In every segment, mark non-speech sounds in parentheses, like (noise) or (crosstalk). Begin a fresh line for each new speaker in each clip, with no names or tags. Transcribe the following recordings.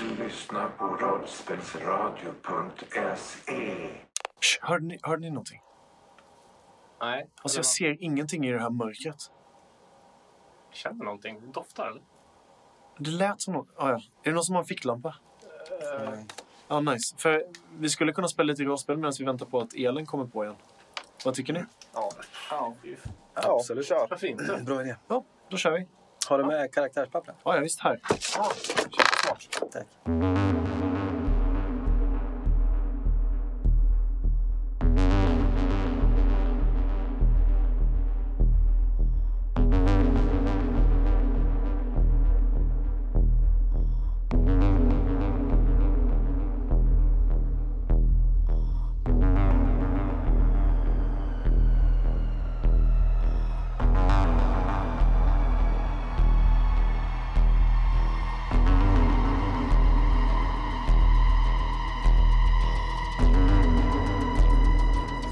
lyssnar på
E.
rollspelsradio.se.
Sch, Hörde ni, hörde ni någonting?
Nej.
Alltså jag ser ingenting i det här mörkret.
Känner någonting. Doftar eller?
Det lät som något. Ah, ja. Är det någon som har en ficklampa? Ja, nice. För vi skulle kunna spela lite rollspel medan vi väntar på att elen kommer på igen. Vad tycker ni?
Ja. ja.
Ja, Absolut. kör.
Varför inte?
Bra idé.
Ja, då kör vi.
Har du med karaktärspapper?
Ja, ja visst. Här.
Tack.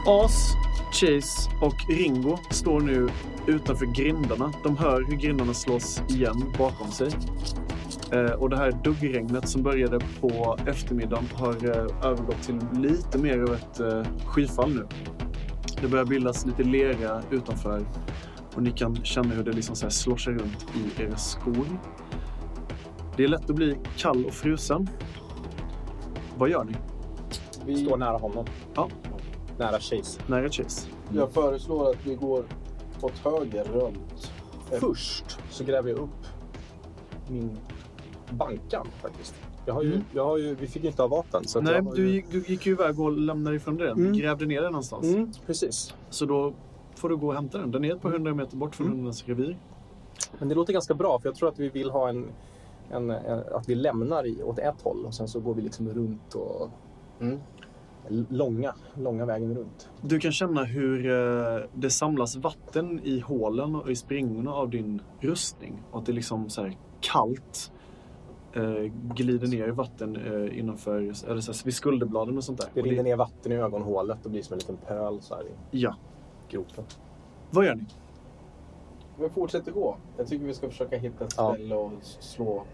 As, Chase och Ringo står nu utanför grindarna. De hör hur grindarna slås igen bakom sig. Eh, och det här duggregnet som började på eftermiddagen har eh, övergått till lite mer av ett eh, skyfall nu. Det börjar bildas lite lera utanför och ni kan känna hur det liksom så här sloshar runt i era skor. Det är lätt att bli kall och frusen. Vad gör ni?
Vi står nära honom.
Ja.
Nära Chase.
Nära Chase?
Jag föreslår att vi går åt höger runt.
Först Eh, så gräver jag upp min bankan faktiskt. Jag har ju,
Mm.
jag har ju, vi fick inte ha vapen. Så att
Nej,
jag har
du
ju...
gick, du gick ju iväg och lämnade ifrån den.
Mm.
Grävde ner den någonstans.
Mm, precis.
Så då får du gå och hämta den. Den är ett par hundra meter bort från
Mm.
hundarnas revir.
Men det låter ganska bra för jag tror att vi vill ha en, en, en att vi lämnar i, åt ett håll och sen så går vi liksom runt och
Mm.
L- långa, långa vägen runt.
Du kan känna hur eh, det samlas vatten i hålen och i springorna av din rustning. Och att det liksom så här kallt eh, glider ner i vatten eh, innanför, eller så här, vid skulderbladen och sånt där.
Det
Och
rinner ner vatten i ögonhålet och blir som en liten pöl så här i
Ja.
gropen.
Vad gör ni?
Vi fortsätter gå. Jag tycker vi ska försöka hitta ett
Ja.
ställe och s- slå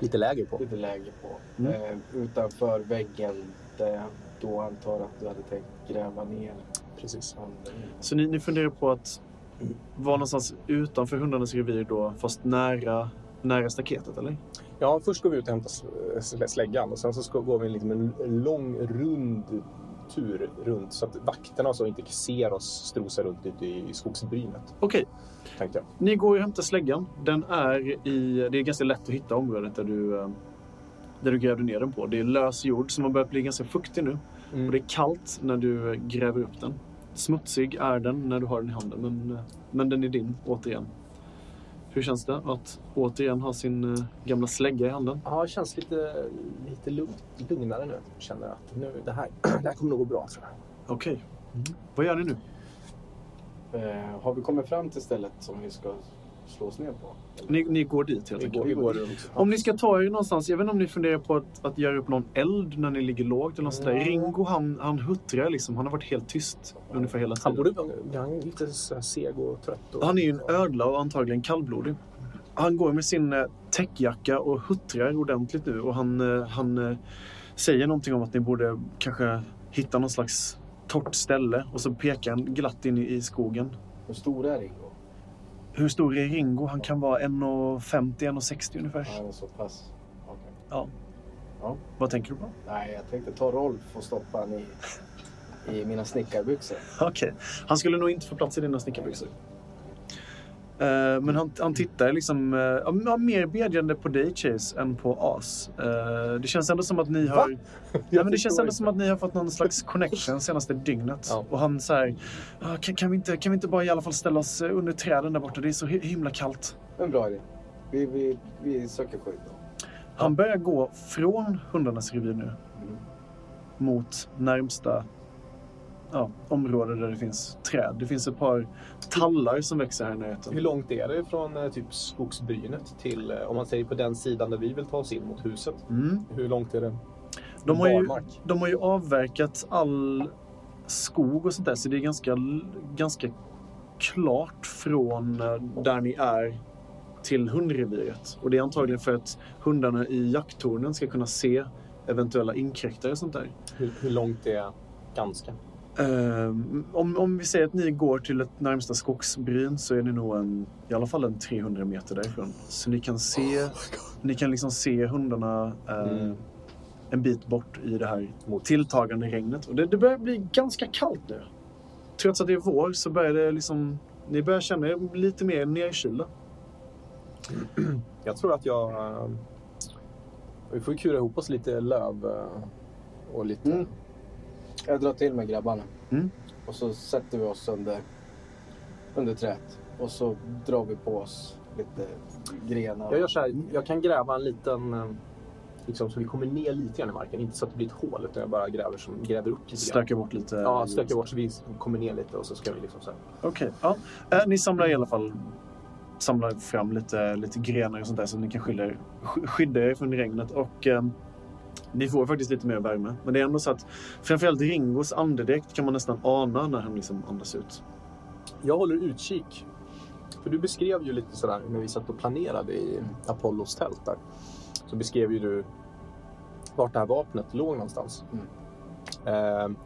Lite lägre på.
lite läge på.
Mm.
Eh, utanför väggen där jag då antar att du hade tänkt gräva ner.
Precis.
Så ni, ni funderar på att vara någonstans utanför hundarnas revir då, fast nära, nära staketet, eller?
Ja, först går vi ut och hämtar sl- sl- släggan och sen så ska, går vi liksom en lång rund tur runt så att vakterna och så inte ser oss strosa runt ute i skogsbrynet.
Okej,
Tänkte jag.
Ni går och hämtar släggan. Den är i, det är ganska lätt att hitta området där du, eh, där du grävde ner den på. Det är lös jord som har börjat bli ganska fuktig nu.
Mm.
Och det är kallt när du eh, gräver upp den. Smutsig är den när du har den i handen, men, eh, men den är din återigen. Hur känns det att återigen ha sin eh, gamla slägga i handen?
Ja, det känns lite, lite lugnt, lugnare nu. Känner att nu, det, här, (clears throat) det här kommer nog gå bra tror jag.
Okej. Vad gör ni nu?
Eh, har vi kommit fram till stället som vi ska slås ner på?
Ni, ni går dit helt enkelt.
vi går
runt.
Om ni ska ta er någonstans, jag vet inte om ni funderar på att, att göra upp någon eld när ni ligger lågt eller något sånt där.
Mm.
Ringo han, han huttrar liksom, han har varit helt tyst ungefär hela tiden.
Han borde han är lite så här seg och trött. Och,
Han är ju en ödla och antagligen kallblodig. Han går med sin eh, täckjacka och huttrar ordentligt nu och han, eh, han eh, säger någonting om att ni borde kanske hitta någon slags torrt ställe och så pekar han glatt in i, i skogen.
Hur stor är Ringo?
Hur stor är Ringo? Han kan vara 1,50, 1,60 ungefär.
Ja, den är så pass. Okej.
Vad tänker du på?
Nej, jag tänkte ta Rolf och stoppa han i, i mina snickarbyxor.
(laughs) Okej. Han skulle nog inte få plats i dina snickarbyxor. Eh, men han, han tittar liksom eh, ja, men han är mer bedjande på dig Chase än på As. Eh, det känns ändå som att ni har... Ja, men det känns
förstår
ändå
inte.
som att ni har fått någon slags connection senaste dygnet.
Ja.
Och han säger kan, kan, vi inte, kan vi inte bara i alla fall ställa oss eh, under träden där borta? Det är så hi- himla kallt.
En bra idé. Vi, vi, vi söker skydd då.
Han börjar gå från hundarnas revir nu
Mm.
mot närmsta ja, område där det finns träd. Det finns ett par tallar som växer här i närheten.
Hur långt är det från eh, typ skogsbrynet till, eh, om man säger på den sidan där vi vill ta oss in mot huset?
Mm.
Hur långt är det?
De, har ju,
Barmark.
de har ju avverkat all skog och sånt där, så det är ganska, ganska klart från eh, där ni är till hundreviret. Och det är antagligen för att hundarna i jakttornen ska kunna se eventuella inkräktare och sånt där.
Hur, hur långt är ganska?
Ehm, om, om vi säger att ni går till ett närmsta skogsbryn så är ni nog en, i alla fall en 300 meter därifrån. Så ni kan se, ni kan liksom se hundarna eh,
Oh Mm.
en bit bort i det här tilltagande regnet. Och det, det börjar bli ganska kallt nu. Trots att det är vår så börjar det liksom, ni börjar känna er lite mer nedkylda.
Jag tror att jag... eh, Vi får ju kura ihop oss lite löv eh, och lite...
Mm. Jag drar till med grabbarna.
Mm.
Och så sätter vi oss under, under träet. Och så drar vi på oss lite grenar.
Jag gör så här, jag kan gräva en liten... eh, Liksom, så vi kommer ner lite grann i marken. Inte så att det blir ett hål, utan jag bara gräver, som, gräver upp lite grann.
Stökar bort lite.
Ja, stökar bort så vi kommer ner lite och så ska vi liksom så här.
Okej, ja. Eh, ni samlar i alla fall samlar fram lite, lite grenar och sånt där som ni kan skydda, er- sk- skydda er från regnet. Och eh, ni får faktiskt lite mer värme. Men det är ändå så att framförallt Ringos andedräkt kan man nästan ana när han liksom andas ut.
Jag håller utkik. För du beskrev ju lite sådär när vi satt och planerade i Apollos tält där. Så beskrev ju du vart det här vapnet låg någonstans.
Mm.
Ehm,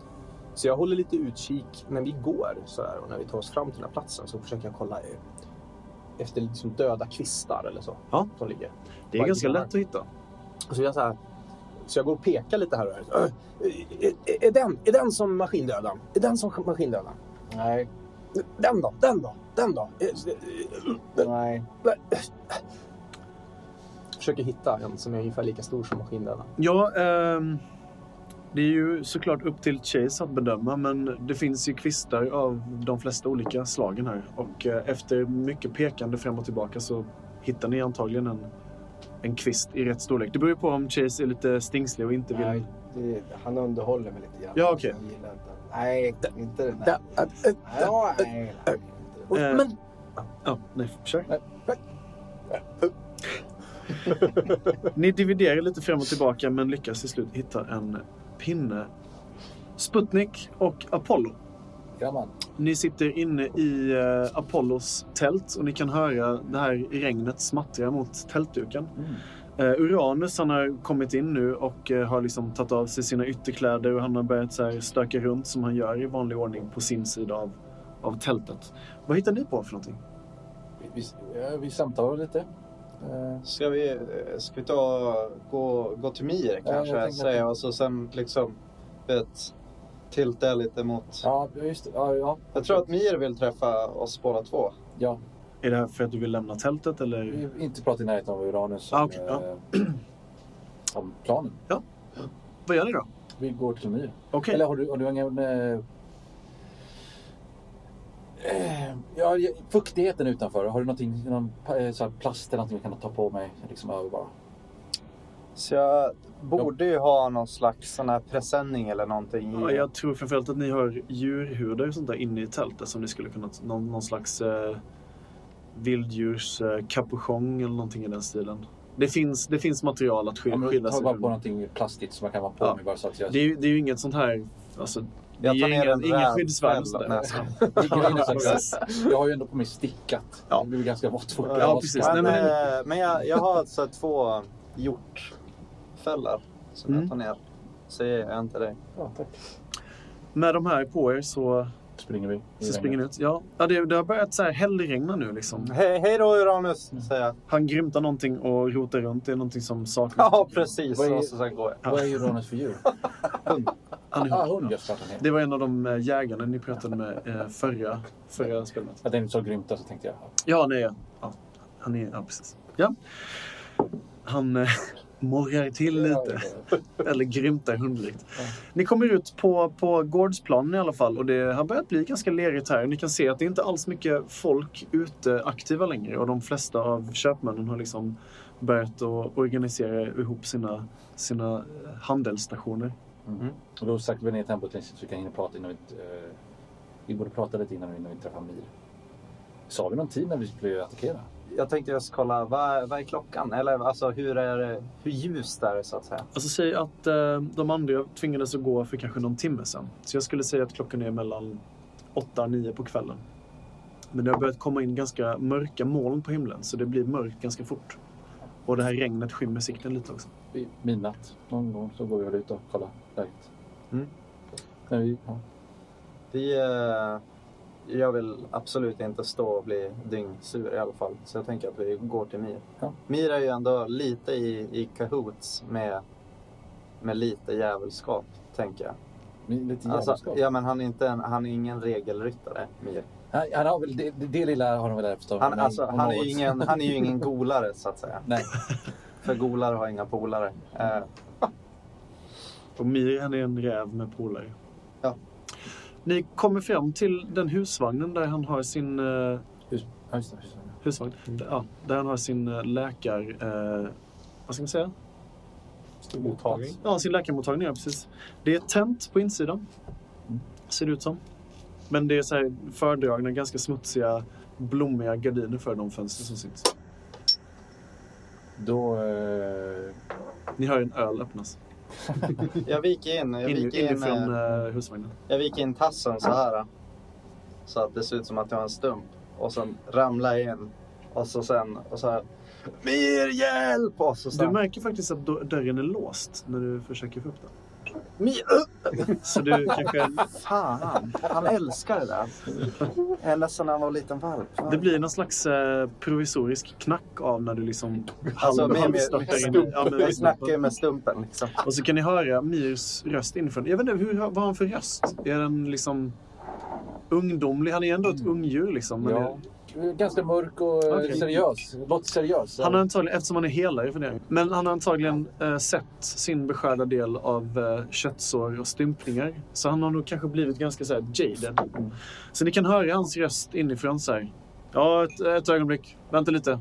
så jag håller lite utkik när vi går sådär och när vi tar oss fram till den här platsen så försöker jag kolla eh, efter liksom döda kvistar eller så.
Ja.
Som ligger.
Det är
Vad
ganska
gör
lätt
han?
att hitta.
Så jag, så här, så jag går och pekar lite här och här. Ö, Är, är, är, den, är den som maskindödan? Är den som maskindödan?
Nej,
Den då? Den då? Den då? Eh, eh,
nej.
försöker hitta en som är ungefär lika stor som maskindöda.
Ja, ehm, det är ju såklart upp till Chase att bedöma, men det finns ju kvistar av de flesta olika slagen här. Och eh, efter mycket pekande fram och tillbaka så hittar ni antagligen en, en kvist i rätt storlek. Det beror ju på om Chase är lite stingslig och inte vill...
nej det, han underhåller mig lite grann.
Ja, okej.
Jag gillar inte- Nej, inte den där.
Ja, äh, äh,
Ja, nej, nej.
och-
äh,
Eh.
men
Ja, nej, kör.
Nej,
(laughs) Ni dividerar lite fram och tillbaka, men lyckas till slut hitta en pinne. Sputnik och Apollo.
Grabbar.
Ni sitter inne i eh, Apollos tält och ni kan höra det här regnet smattra mot tältduken. Eh, Uranus han har kommit in nu och eh, har liksom tagit av sig sina ytterkläder och han har börjat så här stöka runt som han gör i vanlig ordning på sin sida av, av tältet. Vad hittar ni på för någonting?
Vi, vi, ja, vi samtalar lite. Eh,
Ska vi, eh, ska vi ta, gå, gå till Mir
jag
kanske?
tänker
säga, och så sen liksom, vet, tilta lite mot...
ja, just det. Ja, ja.
Jag tror att Mir vill träffa oss båda två.
Ja,
Är det här för att du vill lämna tältet eller?
Mm.
vi inte prata i närheten av Uranus.
Ah,
om,
okej, ja.
eh, om planen.
Vad gör ni då?
Vi går till Myr.
Okej.
Eller har du, har du ingen... Eh, eh, ja, ja, fuktigheten utanför. Har du någonting, någon eh, så här plast eller någonting jag kan ta på mig? Liksom över bara.
Så jag borde ju ha någon slags sån här presenning eller någonting. i-
Ja, jag tror framförallt att ni har djurhudar och sånt där inne i tältet som ni skulle kunna... Någon, någon slags eh, vilddjurs eh, kapuschong eller någonting i den stilen. Det finns, det finns material att
Ja,
skil-
men
skilja
ta
sig
bara på
från.
någonting plastigt som jag kan ha på
Ja.
mig bara så att jag...
Det är, ju- det är ju inget sånt här... Alltså, det är
Jag tar
ju
ner
ingen, alltså.
en
ingen
räv-
skyddsvärn. och
räv-
sådär.
näsan.
Vilken är success. Jag har ju ändå på mig stickat.
Ja.
Det blir ganska vått fort.
Ja, precis. Nej,
Men,
men-
eh, men jag, jag har alltså två hjortfällar som
Mm.
jag tar ner. Säger jag inte dig.
Ja, tack.
Med de här på er så,
Springer vi.
så springer ni ut. Ja, ja det, det har börjat så här hällregna nu liksom.
Hej, hej då Uranus, säger jag.
Han grymtar någonting och rotar runt. Det är någonting som saknas.
Ja, precis.
Vad är-
Mm. Och så sen går jag.
Vad är Uranus för djur?
Han är
Ah,
ihop.
hund. Jag sa att han är.
Det var en av de eh, jägarna ni pratade med eh, förra, förra spelet.
Att den sa grymta så tänkte jag.
Ja, nej. Ja. Ja, han är... Ja, precis. Ja. Han eh, (laughs) morrar till lite. (laughs) Eller grymtar hundligt. Ni kommer ut på, på gårdsplanen i alla fall och det har börjat bli ganska lerigt här. Ni kan se att det är inte alls mycket folk ute aktiva längre och de flesta av köpmännen har liksom börjat att organisera ihop sina, sina eh, handelsstationer.
Och då saktar vi ner tempot lite så vi kan hinna prata innan vi... Eh, vi borde prata lite innan, innan vi träffar Mir. Sa vi någon tid när vi skulle attackera?
Jag tänkte just kolla, vad, vad är klockan? Eller alltså hur, är, hur ljust är det så att säga?
Alltså säg att eh, de andra tvingades att gå för kanske någon timme sedan. Så jag skulle säga att klockan är mellan åtta och nio på kvällen. Men det har börjat komma in ganska mörka moln på himlen så det blir mörkt ganska fort. Och det här regnet skymmer sikten lite också.
Vid midnatt någon gång så går vi väl ut och kollar läget.
Mm.
När vi, ja.
Vi, eh, jag vill absolut inte stå och bli dyngsur i alla fall. Så jag tänker att vi går till Mir.
Ja.
Mir är ju ändå lite i, i kahoots med, med lite djävulskap, tänker jag.
vi är lite
Alltså,
djävulskap.
ja, men han är, inte en, han är ingen regelryttare, Mir.
Nej, han har väl, det, det- det lilla har han väl ärvt av
Han,
mig
alltså,
om
han, är
något.
ju ingen, han är ju ingen golare, så att säga.
Nej.
För golare har inga polare. Eh,
Och Mir han är en räv med polare.
Ja.
Ni kommer fram till den husvagnen där han har sin eh,
Hus, ja, just det, just det.
husvagn. Ja, där han har sin eh, läkar... Eh, vad ska man säga?
Mottagning.
Ja, sin läkarmottagning, ja, precis. Det är tänt på insidan,
Mm.
ser det ut som. Men det är så här fördragna, ganska smutsiga, blommiga gardiner för de fönster som syns.
Då... Eh,
Ni hör en öl öppnas
jag viker in. Jag
in,
viker in,
inifrån
eh,
eh, husvagnen.
jag viker in tassen så här. eh. Så att det ser ut som att jag har en stump. Och sen ramlar jag in. Och så sen... Och så här, Mir, hjälp! Och så
Du
sen...
märker faktiskt att dör- dörren är låst när du försöker få upp den.
Mir,
Så du kanske...
Fan, han älskar det där. Ända sedan han var liten valp. Fan.
Det blir någon slags eh, provisorisk knack av när du liksom
Alltså, med, med,
halvstartar in.
stumpen.
Ja, men liksom.
vi snackar ju med stumpen liksom.
Och så kan ni höra Mirs röst inifrån. Jag vet inte, hur, vad har han för röst? Är den liksom ungdomlig? Han är ändå ett ungdjur liksom. Men
Mm. ja. Ganska mörk och eh,
Okej.
seriös. Låter seriös.
det, han har antagligen, eftersom han är helare för det. Men han har antagligen eh, sett sin beskärda del av eh, köttsår och stympningar. Så han har nog kanske blivit ganska så här jaded. Så ni kan höra hans röst inifrån så här. Ja, ett, ett ögonblick. Vänta lite.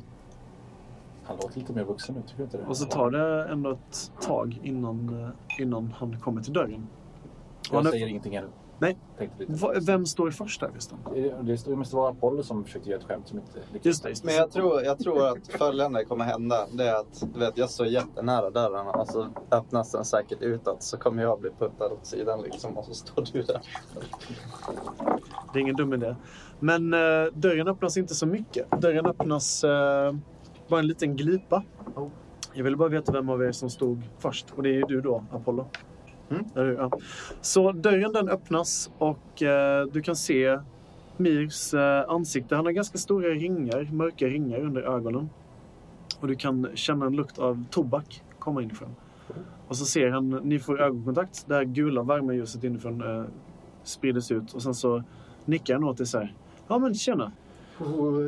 Han låter lite mer vuxen nu, tycker du inte det?
Och så tar det ändå ett tag innan, eh, innan han kommer till dörren. Och
Jag
han är-
säger ingenting ännu.
Nej.
Tänkte lite.
Va- Vem står först där förresten?
Det- Det det måste vara Apollo som försökte göra ett skämt som inte lyckades.
Just det, just det.
Men jag tror, jag tror att följande kommer hända. Det är att du vet, jag står jättenära dörren och så öppnas den säkert utåt. Så kommer jag bli puttad åt sidan liksom och så står du där.
Det är ingen dum idé. Men eh, dörren öppnas inte så mycket. Dörren öppnas eh, bara en liten glipa.
Oh.
Jag ville bara veta vem av er som stod först. Och det är ju du då, Apollo.
Mm.
Eller hur? Ja. Så dörren den öppnas och eh, du kan se Mirs eh, ansikte. Han har ganska stora ringar, mörka ringar under ögonen. Och du kan känna en lukt av tobak komma inifrån. Och så ser han, ni får ögonkontakt, det här gula varma ljuset inifrån eh, sprides ut och sen så nickar han åt dig så här. Ja men tjena.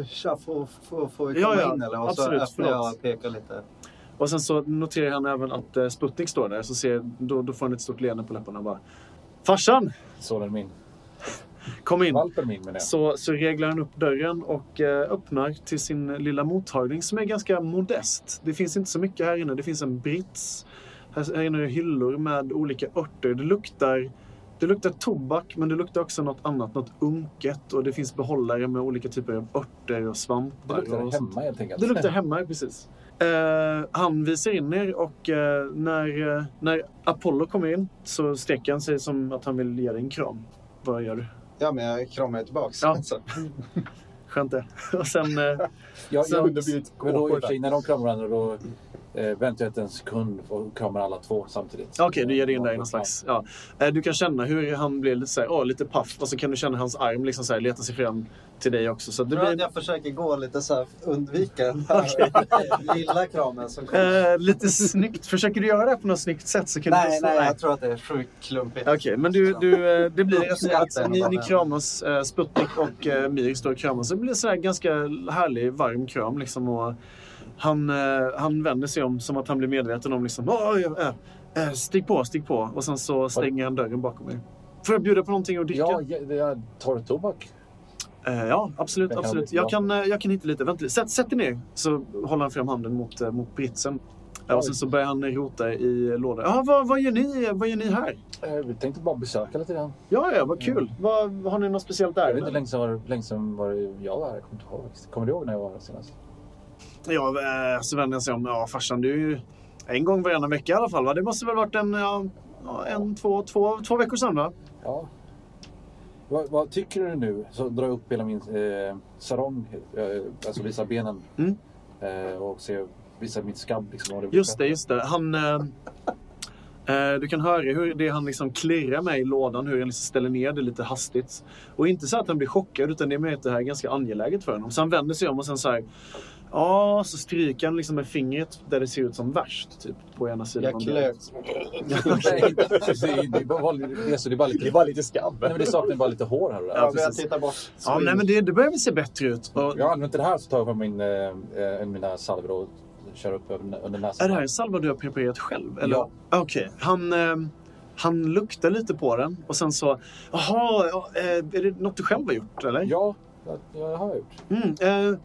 Tja, får, får, får
vi komma Ja, ja. in, eller? Och så Absolut, öppnar jag förlåt. och
pekar lite.
Och sen så noterar han även att eh, Sputnik står där. Så ser, då, då får han ett stort leende på läpparna och bara. Farsan!
Sonen min.
Kom in!
Valpen min, menar jag.
Så, så reglar han upp dörren och eh, öppnar till sin lilla mottagning som är ganska modest. Det finns inte så mycket här inne. Det finns en brits. Här, här inne är hyllor med olika örter. Det luktar, det luktar tobak men det luktar också något annat, något unket. Och det finns behållare med olika typer av örter och
Det
svampar.
luktar
och sånt.
hemma, helt enkelt.
Det luktar hemma, precis. Eh, han visar in er och eh, när, eh, när Apollo kommer in så sträcker han sig som att han vill ge dig en kram. Vad gör du?
Ja, men jag kramar ju tillbaks.
Ja.
Så.
Skönt det. (laughs) Och sen, eh,
Jag,
Så-
jag,
Kunde blivit
men då, i och
kåkor
för
där.
sig, när de kramar varandra då eh, väntar jag inte en sekund och kramar alla två samtidigt.
okej, du ger dig in där i någon slags... Ja. Eh, du kan känna hur han blir lite, så här, åh, lite paff och så kan du känna hans arm liksom så här, leta sig fram till dig också. Så det
Tror att
blir
jag försöker gå lite så här, undvika den
(laughs)
här (laughs) lilla kramen som kommer.
eh, lite snyggt. Försöker du göra det här på något snyggt sätt så kan du...
Nej,
få-
nej, jag tror att det är sjukt klumpigt.
Okej, men du, du, eh, det blir
Uppskattar
alltså att ni,
jag.
ni kramas, eh, Sputnik och eh, Mir står och kramas. Det blir sådär ganska härlig, varm kram liksom. Och han, eh, han vänder sig om som att han blir medveten om liksom, "Oj, eh, eh, stig på, stig på. Och sen så stänger han dörren bakom er. Får jag bjuda på någonting att dricka?
Ja, jag, jag tar tobak.
Eh, ja, absolut.
Jag kan
absolut.
lite
Jag,
bra.
kan, eh, jag kan hitta lite. Vänta lite. Sätt, sätt dig ner. Så håller han fram handen mot, eh, mot britsen. Eh, Och sen så börjar han rota i lådan. Ah, vad, vad, gör ni, vad gör ni här?
Eh, Vi tänkte bara besöka lite grann.
Ja, ja, vad kul. Vad, har ni något speciellt där?
Eh. Jag vet inte hur länge sedan var- länge sedan var det jag var här. Jag kommer inte ihåg. faktiskt. Kommer du ihåg när jag var här senast?
Ja, eh, så vänder jag sig om. Ja, farsan, du är ju en gång varannan vecka i alla fall. Va? Det måste väl varit en, ja, ja, en två, två, två veckor sedan, va?
Ja. Vad, vad tycker du nu? Så drar jag upp hela min eh, sarong, eh, alltså visar benen
Mm.
eh, och ser, visar mitt skabb. Liksom, vad
Just det, just det. Han... Eh, eh, du kan höra hur det han liksom klirrar med i lådan, hur han liksom ställer ner det lite hastigt. Och inte så att han blir chockad, utan det är mer att det här är ganska angeläget för honom. Så han vänder sig om och sen så här... Ja, så stryker han liksom med fingret där det ser ut som värst, typ, på ena sidan.
Jag
av
klöv.
Nej, inte- det är- det är bara- det är så- det är bara
Det
lite-
var lite skabb.
Nej, men det saknar bara lite hår här och där. Alltså,
Ja,
Ja, men jag
precis.
tittar bort.
Ja, nej, men det, det börjar väl se bättre ut. Och,
Jag använder det här så tar jag på min, eh, eh, mina salvor och kör upp över, under näsan.
Är det här en salva du har preparerat själv? Eller? Ah,
Ja.
Okej. Han, eh, han luktar lite på den och sen så... Jaha, ja, eh, är det något du själv har gjort eller?
Ja, det- ja, det har jag gjort.
Mm, eh,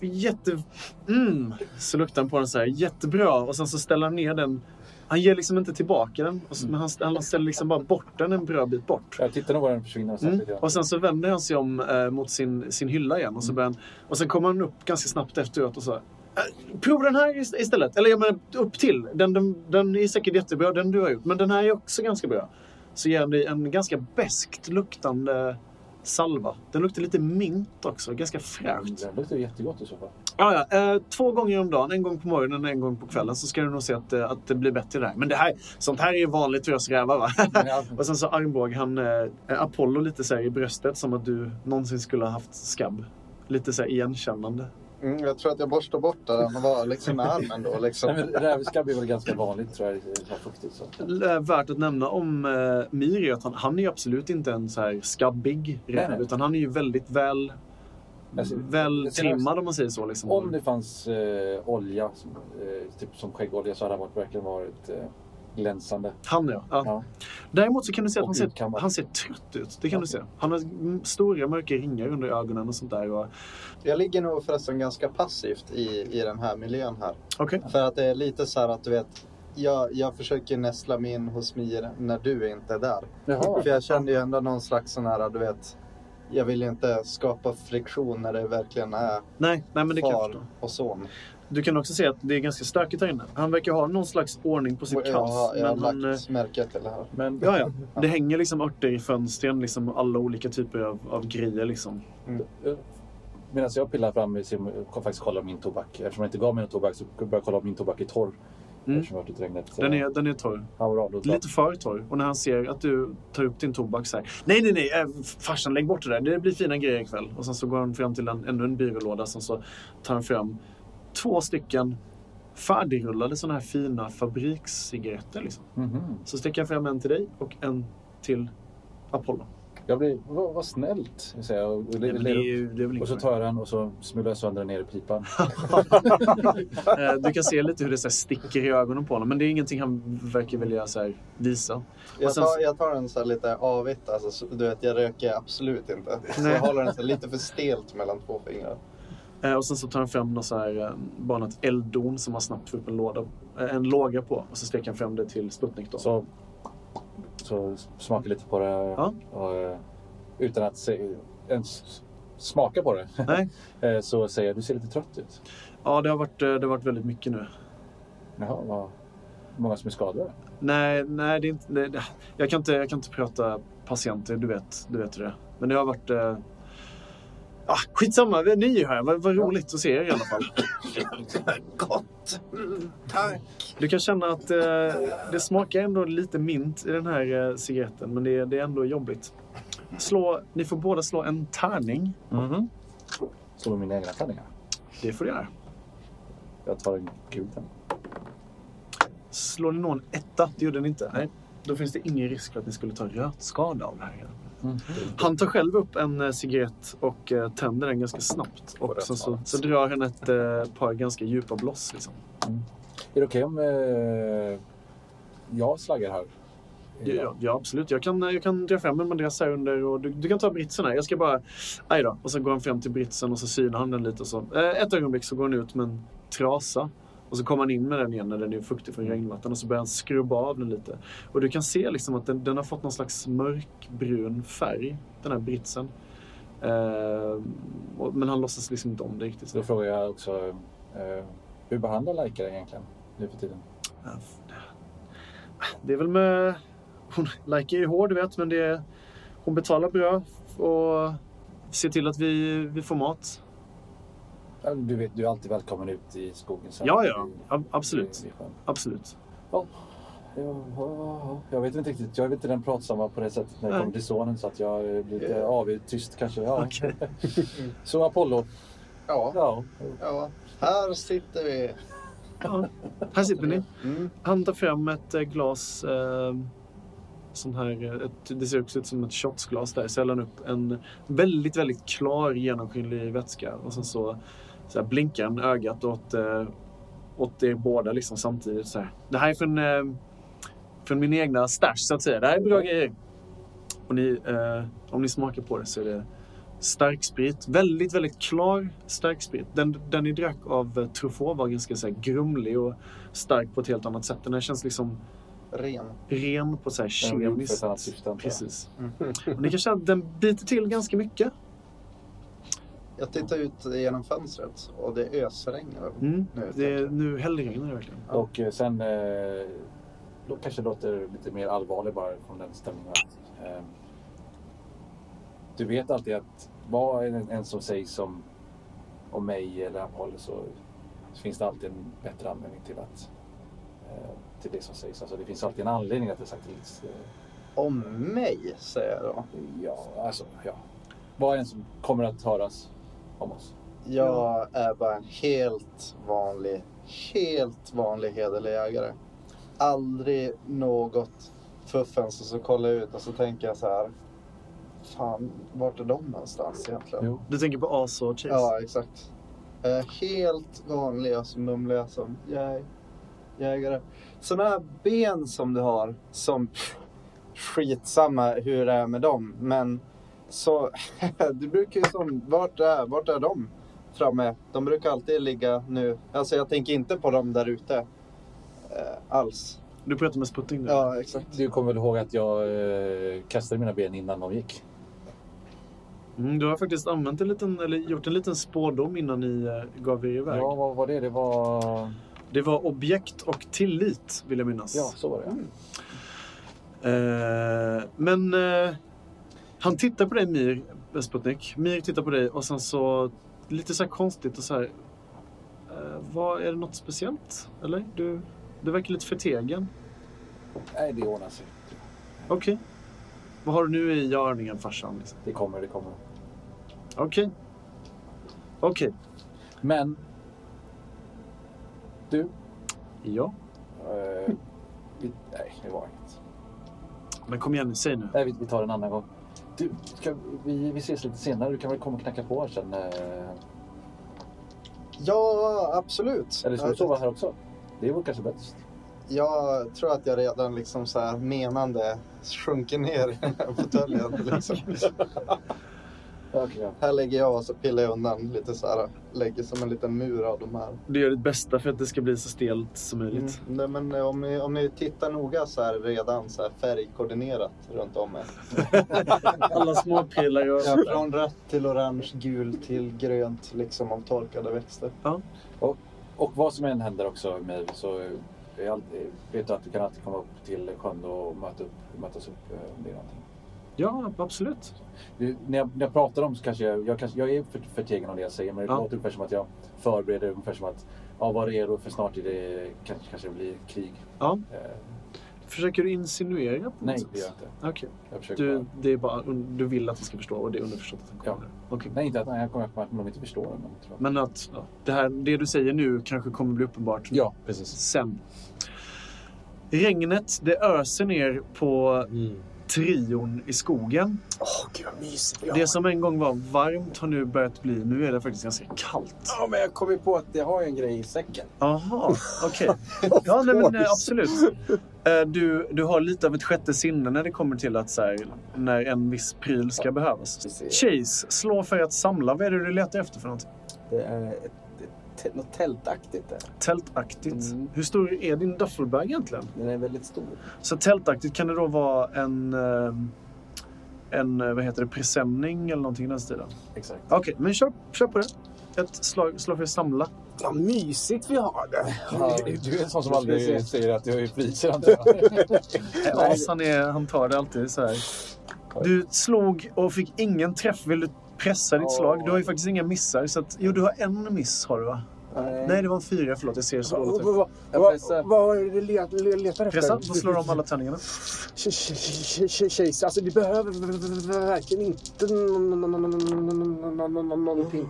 jätte... Mm, så luktar han på den så här. Jättebra. Och sen så ställer han ner den. Han ger liksom inte tillbaka den.
Mm.
Och så, men han, han ställer liksom bara bort den en bra bit bort.
Jag tittar nog var den försvinner.
Mm.
Mm.
Och sen så vänder han Mm. sig om eh, mot sin, sin hylla igen. Och, så börjar han, och sen kommer han upp ganska snabbt efteråt och så... här, "Eh, Prova den här ist- istället. Eller jag menar upp till. Den, den, den är säkert jättebra, den du har gjort. Men den här är också ganska bra. Så ger han dig en ganska beskt luktande salva. Den luktar lite mint också. Ganska fräscht.
Det luktar jättegott i så fall.
Ja, ja. Eh, två gånger om dagen, en gång på morgonen och en gång på kvällen så ska du nog se att, eh, att det blir bättre där. Men det här, sånt här är ju vanligt för oss rävar va?
Men jag-
(laughs) och sen så armbåg han eh, Apollo lite så här i bröstet som att du någonsin skulle ha haft skabb. Lite så här igenkännande.
Mm, jag tror att jag borstar bort där den var liksom med armen då.
Nej,
Liksom.
men Rävskabb är väl ganska vanligt tror jag. Det är fuktigt. Så.
Eh, Värt att nämna om eh, Miri att han, han är ju absolut inte en så här skabbig
Nej,
räv
nej.
utan han är ju väldigt väl,
Alltså,
väl
jag ser
trimmad om man säger så. Liksom.
Om det fanns eh, olja, som, eh, typ som skäggolja, så hade han varit, verkligen varit eh, glänsande.
Han ja. ja.
Ja.
Däremot så kan du se att
Och
han ser,
utkammad.
han ser trött ut. Det kan
Ja.
du se. Han har mm, stora mörka ringar under ögonen och sånt där. Och...
Jag ligger nog förresten ganska passivt i, i den här miljön här.
Okej.
För att det är lite så här att du vet, jag, jag försöker nästla mig in hos Mir när du inte är där.
Jaha.
För jag kände ju ändå någon slags sån här, du vet, jag vill inte skapa friktion när det verkligen är
Nej, nej, men det kan jag förstå.
far och son.
Du kan också se att det är ganska stökigt här inne. Han verkar ha någon slags ordning på sitt
Och jag
typ kaos.
har, jag har
Men han, eh,
lagt märke till det här.
Men
ja, ja. Det hänger liksom örter i fönstren, liksom och alla olika typer av, av grejer. Liksom.
eh, medan jag pillar fram, i sim- jag faktiskt kollar min tobak. Eftersom jag inte gav mig någon tobak så började jag kolla om min tobak är torr.
Mm.
Eftersom jag har varit ute i regnet. eh,
Den, är, den är torr. Lite
Lite...
för torr. Och när han ser att du tar upp din tobak så här. Nej, nej, nej. eh, Farsan, lägg bort det där. Det blir fina grejer ikväll. Och sen så går han fram till en, ännu en byrålåda. Sen så tar han fram två stycken färdigrullade sådana här fina fabrikscigaretter. Liksom.
Mhm.
Så sticker han fram en till dig och en till Apollo.
Jag blir, vad, vad snällt. säger Jag, och,
Nej, men det är ju, det är väl
och
inget
så tar jag den och så smular jag sönder den ner i pipan.
Eh, Du kan se lite hur det så här sticker i ögonen på honom, men det är ingenting han verkar vilja så här visa.
Jag
sen-
tar, jag tar den så här lite avigt, alltså, så, du vet, jag röker absolut inte. Så
Nej.
jag håller den så här lite för stelt mellan två fingrar.
Eh, Och sen så tar han fram någon så här, eh, bara något elddon som han snabbt får upp en, låda, eh, en låga på och så steker han fram det till Sputnik. Då.
Så, så smakar lite på det.
Ja.
Och, eh, utan att se, ens smaka på det. (laughs)
Nej.
Eh, så säger jag, du ser lite trött ut.
Ja, det har, varit, eh, det har varit väldigt mycket nu.
Jaha, vad många som är skadade.
Nej, nej det är inte, det, det- jag, kan inte, jag kan inte prata patienter, du vet, du vet hur det är. Men det har varit... Eh, ah, skitsamma, ni är ju här. Vad, vad roligt att se er i alla fall.
(laughs) Gott! Mm, Tack!
Du kan känna att eh, det smakar ändå lite mint i den här eh, cigaretten, men det, är- det är ändå jobbigt. Slå, ni får båda slå en tärning.
Mm-hmm. Står med mina egna tärningar.
Det får du göra.
Jag tar en gul tärning.
Slår ni någon etta? Det gjorde ni inte. Nej. Då finns det ingen risk för att ni skulle ta rötskada av det här. Han tar själv upp en eh, cigarett och eh, tänder den ganska snabbt. Och sen så, så drar han ett eh, par ganska djupa bloss. Liksom.
Är det okej om eh, jag slaggar här?
Ja, ja, absolut. Jag kan, jag kan dra fram en madrass här under. Och du, du kan ta britsen här. Jag ska bara... Aj då. Och sen går han fram till britsen och så synar han den lite. Och så. Eh, ett ögonblick så går han ut med en trasa. Och så kommer han in med den igen när den är fuktig från regnvatten. Och så börjar han skrubba av den lite. Och du kan se liksom att den, den har fått någon slags mörkbrun färg. Den här britsen. Eh, och- men han låtsas liksom inte om det riktigt.
Då frågar jag också, eh, hur behandlar läkare egentligen nu för tiden?
Det är väl med... Hon, Laika är ju hård, du vet, men det är, hon betalar bra och se till att vi, vi får mat.
Ja, Du vet, du är alltid välkommen ut i skogen. sen.
Ja, ja.
Det-
Ab- Absolut.
det är skönt.
Absolut.
Ja, ja, ja, Jag vet inte riktigt. Jag är inte den pratsamma på det sättet när det
Nej.
kommer till sonen så att jag eh, blir lite avig, tyst kanske. Ja.
Okej.
Så Apollo.
Ja,
Ja.
ja. Här sitter vi.
Ja. Här sitter ni.
Mm.
Han tar fram ett eh, glas. Eh, sån här, eh, ett, det ser också ut som ett shotsglas där. Så häller han upp en väldigt, väldigt klar genomskinlig vätska. Och sen så, så här, blinkar han ögat åt, eh, åt er båda liksom, samtidigt. Så här. Det här är från, eh, från min egna stash så att säga. Det här är bra grejer. Och ni, eh, om ni smakar på det så är det starksprit. Väldigt, väldigt klar starksprit. Den, den ni drack av eh, Truffaut var ganska så här, grumlig och stark på ett helt annat sätt. Den här känns liksom
Ren.
ren på så här
Den är gjord för ett
kemiskt.
annat syfte, antar jag. Mm.
Precis. Och ni kan känna att den biter till ganska mycket.
Jag tittar ut genom fönstret och det ösregnar.
Mm.
Nu,
Det är, nu hällregnar det verkligen.
Och eh, sen eh, då kanske det låter lite mer allvarligt bara från den stämningen. Eh, du vet alltid att vad en, en som sägs om, om mig eller Apollo så, så finns det alltid en bättre användning till, att, eh, till det som sägs. Alltså, det finns alltid en anledning att det sagts. Eh,
Om mig, säger jag då.
ja, alltså, ja. Vad en som kommer att höras om oss.
Jag är bara en helt vanlig, helt vanlig hederlig jägare. Aldrig något fuffens och så kollar jag ut och så tänker jag så här. Fan, vart är de någonstans egentligen?
Jo.
Du tänker på Asa och Chase?
Ja, exakt. Eh, helt vanlig och så mumlar jag som jag, jägare. Sådana här ben som du har som skitsamma hur det är med dem. Men så (laughs) du brukar ju som vart är, vart är de framme? De brukar alltid ligga nu. Alltså jag tänker inte på dem där ute eh, alls.
Du pratar med Sputting nu?
Ja, exakt.
Du kommer väl ihåg att jag eh, kastade mina ben innan de gick?
Mm, du har faktiskt använt en liten, eller gjort en liten spådom innan ni eh, gav er iväg.
Ja, vad var det? Det var...
Det var objekt och tillit, vill jag minnas.
Ja, så var det. ja.
Eh, men eh, han tittar på dig, Mir, eh, Sputnik. Mir tittar på dig och sen så lite så här konstigt och så här... Eh, vad, är det något speciellt? Eller? Du, du verkar lite förtegen.
Nej, det ordnar sig.
Okej. Vad har du nu i görningen, farsan? Liksom?
Det kommer, det kommer.
Okej. Okej.
Men... Du?
Ja.
Eh, vi, nej, det var inget.
Men kom igen nu, säg nu.
Nej, vi, vi tar en annan gång. Du, ska vi, vi ses lite senare. Du kan väl komma och knacka på här sen? Eh,
Ja, absolut. Alltså,
eller ska du sova här också? Det vore kanske bäst.
Jag tror att jag redan liksom så här menande sjunker ner i den här fåtöljen. Liksom.
Ja, (laughs) Okej, ja.
Här lägger jag och så pillar jag undan lite så här. Lägger som en liten mur av de här.
Du gör ditt bästa för att det ska bli så stelt som möjligt.
Mm. Nej, men om ni, om ni tittar noga så är det redan så här färgkoordinerat runt om er.
Alla små prylar och
Ja, från rött till orange, gul till grönt liksom av torkade växter.
Och vad som än händer också med så eh, är alltid, vet du att du kan alltid komma upp till sjön och möta upp, mötas upp eh, om det är någonting.
Ja, absolut.
Det- När jag, när jag pratar om så kanske jag, jag, kanske, jag är för- förtegen om det jag säger men det
Ja.
låter ungefär som att jag förbereder ungefär som att ja, vad är då för snart är det kanske, kanske det blir krig.
Ja.
Eh,
Försöker du insinuera på något
nej,
sätt?
det gör jag inte.
Okej.
Jag försöker
Du,
bara,
det är bara, du vill att han ska förstå och det är underförstått att han kommer. Okej.
nej, inte att nej, jag kommer att de inte förstår det. Men, tror jag.
Men att ja, det, här, det du säger nu kanske kommer bli uppenbart
Ja, precis.
sen. Regnet, det öser ner på
Mm.
trion i skogen.
Åh, gud vad mysigt vi har.
Det som en gång var varmt har nu börjat bli, nu är det faktiskt ganska kallt.
Ja, men jag kom ju på att jag har ju en grej i säcken.
Jaha,
(laughs)
okej. Ja, nej, men eh, absolut. Eh, Du, du har lite av ett sjätte sinne när det kommer till att så här, när en viss pryl ska behövas.
precis.
Chase, slå för att samla. Vad är det du letar efter för något?
Det är ett, ett, ett, något tältaktigt där.
Tältaktigt.
Mm.
Hur stor är din duffelbag egentligen?
Den är väldigt stor.
Så tältaktigt kan det då vara en, eh, en eh, vad heter det, presenning eller någonting i den stilen?
Exakt.
Okej, men kör, kör på det. Ett slag, slå för att samla.
Vad mysigt vi har det.
Du, du är en sån som
Jag
aldrig
skulle
säger att jag är priser antar jag.
Eh, As, han, är, han tar det alltid så här. Du slog och fick ingen träff. Vill du pressa ditt
Åh.
slag? Du har ju faktiskt inga missar. Så att, jo, du har en miss har du va? Nej, det var en fyra. Förlåt, jag ser så dåligt ut.
Jag pressar.
Vad vad är det du let- le- letar efter?
Pressa, då slår de alla tärningarna.
Tjejs, alltså du behöver verkligen inte någonting.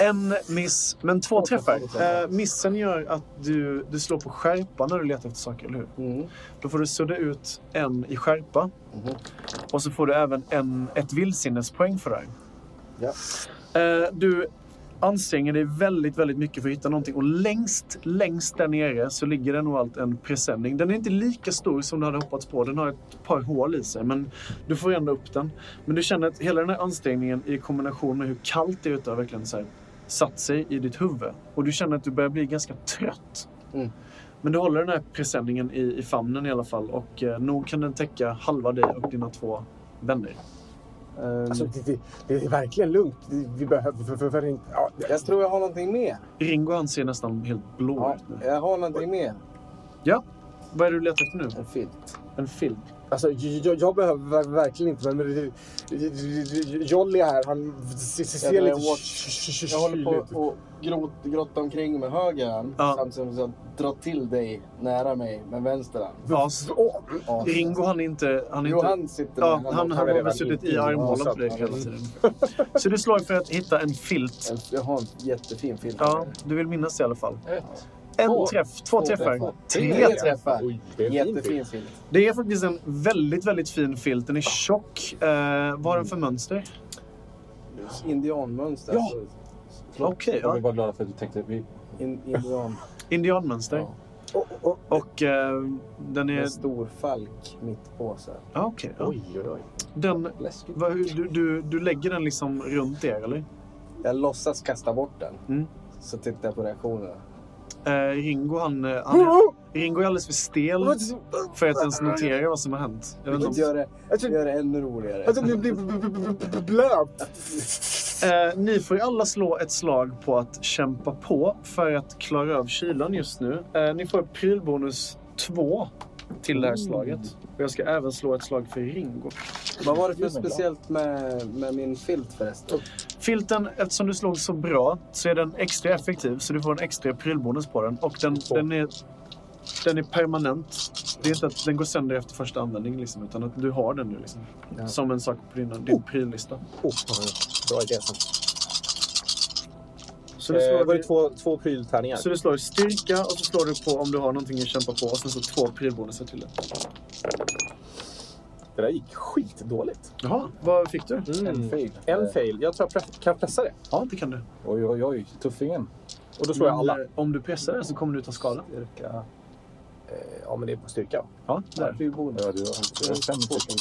En miss, men två träffar. Eh, missen gör att du, du slår på skärpa när du letar efter saker, eller hur?
Mm.
Då får du sudda ut en i skärpa. Och så får du även en, ett vildsinnespoäng för det här. Eh, du anstränger dig väldigt, väldigt mycket för att hitta någonting. Och längst, längst där nere så ligger det nog allt en presenning. Den är inte lika stor som du hade hoppats på. Den har ett par hål i sig, men du får ändå upp den. Men du känner att hela den här ansträngningen i kombination med hur kallt det är ute har verkligen så här, satt sig i ditt huvud. Och du känner att du börjar bli ganska trött.
Mm.
Men du håller den här presenningen i, i famnen i alla fall och eh, nog kan den täcka halva dig och dina två vänner.
Ehm,
Alltså det, det, det är verkligen lugnt. Vi behöver för, för, för, inte- ja, det-
Jag tror jag har någonting mer.
Ringo han ser nästan helt blå
Ja,
ut nu.
jag har någonting mer.
Vad är det du letar efter nu?
En filt.
En filt?
Alltså jag, jag behöver ver- verkligen inte men- men det- det- Jolly här, han ser, ser
Jag
lite
drar watch. Jag håller på och grot, grotta omkring med höger hand
Ja.
samtidigt som jag drar till dig nära mig med vänster hand.
Ja, s-
Åh,
Ja.
Ringo han är inte... Han är
Jo,
inte
han sitter
ja,
där.
han, han
är
har
redan
besuttit
in-
i armhålan på dig
inlåst.
hela tiden. Så du slår för att hitta en filt.
En- Jag har en jättefin filt.
Ja, du vill minnas i alla fall. En
Två.
träff, två, träffar.
träffar.
Tre
Tre
träffar.
träffar.
Oj, det är en fin bild.
Jättefin filt.
Det är faktiskt en väldigt, väldigt fin filt. Den är tjock. Eh, vad har den för mönster?
Indianmönster.
Ja.
alltså.
Okej,
Jag
ja.
vill bara glada för att du tänkte... Vi,
In, indian.
Indianmönster.
Ja.
åh, åh.
Och eh, den är...
Med stor falk mitt på sig.
Ja, okej. ja.
Oj, oj, oj.
Den...
Läskigt.
vad- hur- Du, du, du lägger den liksom runt er, eller?
Jag låtsas kasta bort den.
Mm.
Så tittar jag på reaktionerna.
Eh, Ringo, han, eh, han är, Ringo är alldeles för stel för att ens notera vad som har hänt. Jag vet inte
Vilket
om,
gör det,
Alltså,
gör det ännu roligare.
alltså det blir b- b- b- b- blöt.
eh, ni får ju alla slå ett slag på att kämpa på för att klara av kylan just nu. Eh, ni får prylbonus 2 till det här slaget. Och jag ska även slå ett slag för Ringo.
Vad var det för speciellt med, med min filt förresten?
Filten, eftersom du slog så bra, så är den extra effektiv. Så du får en extra prylbonus på den. Och den, den, är, den är permanent. Det är inte att den går sönder efter första användning, liksom, utan att du har den nu. Liksom.
Ja.
Som en sak på din, din pryllista.
Oh, bra idé.
Så
Eh,
du, slår,
det var ju två, två pryltärningar.
så du slår styrka och så slår du på om du har någonting att kämpa på. Och sen så två prylbonusar till det.
Det där gick skitdåligt.
Jaha, vad fick du?
En fail.
En filt.
En fail. Jag tror jag pre- kan pressa det.
Ja, det kan du.
oj, oj, oj. Tuffingen.
Och då slår jag
Men,
alla.
eh, Om du pressar den så kommer du ta skada.
Styrka. Eh, Ja, men det är på styrka.
Ja, där.
Ja, du, har- du har fem stycken.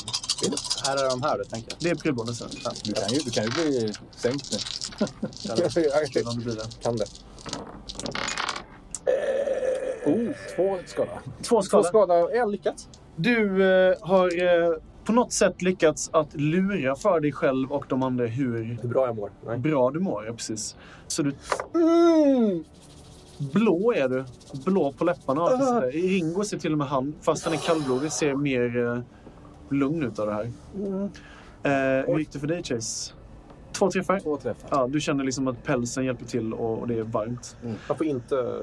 Här är de här, då, tänker jag.
Det är prylbonusen.
Du kan ju, du kan ju bli sänkt nu.
Kul om det blir det.
Kan det.
Oh, två skada.
Två
Eh. Två
skada.
skada och en lyckat.
Du eh, har eh, på något sätt lyckats att lura för dig själv och de andra hur
Hur bra jag mår. Nej.
bra du mår. Ja, precis. Så du...
Mm.
Blå är du. Blå på läpparna. och allt det där. Ringo ser till och med han, fast han är kallblodig, ser mer eh, lugn ut av det här. Eh, hur gick det för dig, Chase? Två träffar?
Två träffar.
Ja, du känner liksom att pälsen hjälper till och, och det är varmt.
Man får inte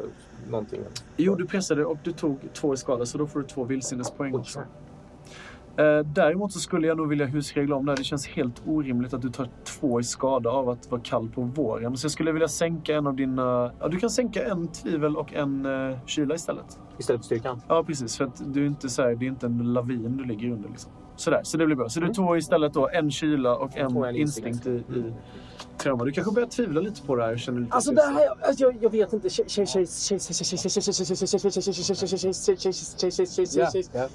någonting.
Jo, du pressade och du tog två i skada, så då får du två vildsinnespoäng också. Eh, däremot så skulle jag nog vilja husregla om det här. Det känns helt orimligt att du tar två i skada av att vara kall på våren. Så jag skulle vilja sänka en av dina... Ja, du kan sänka en tvivel och en eh, kyla istället.
Istället för styrkan.
Ja, precis. För att du är inte så här, det är inte en lavin du ligger under. Liksom. Sådär, så det blir bra. Så du tog istället då en kyla och en,
tog en
instinkt
instinkt.
i, i trauma. Du kanske börjar tvivla lite på det här. och Känner lite
Alltså det här, alltså, jag, jag vet inte.
Ja, ja.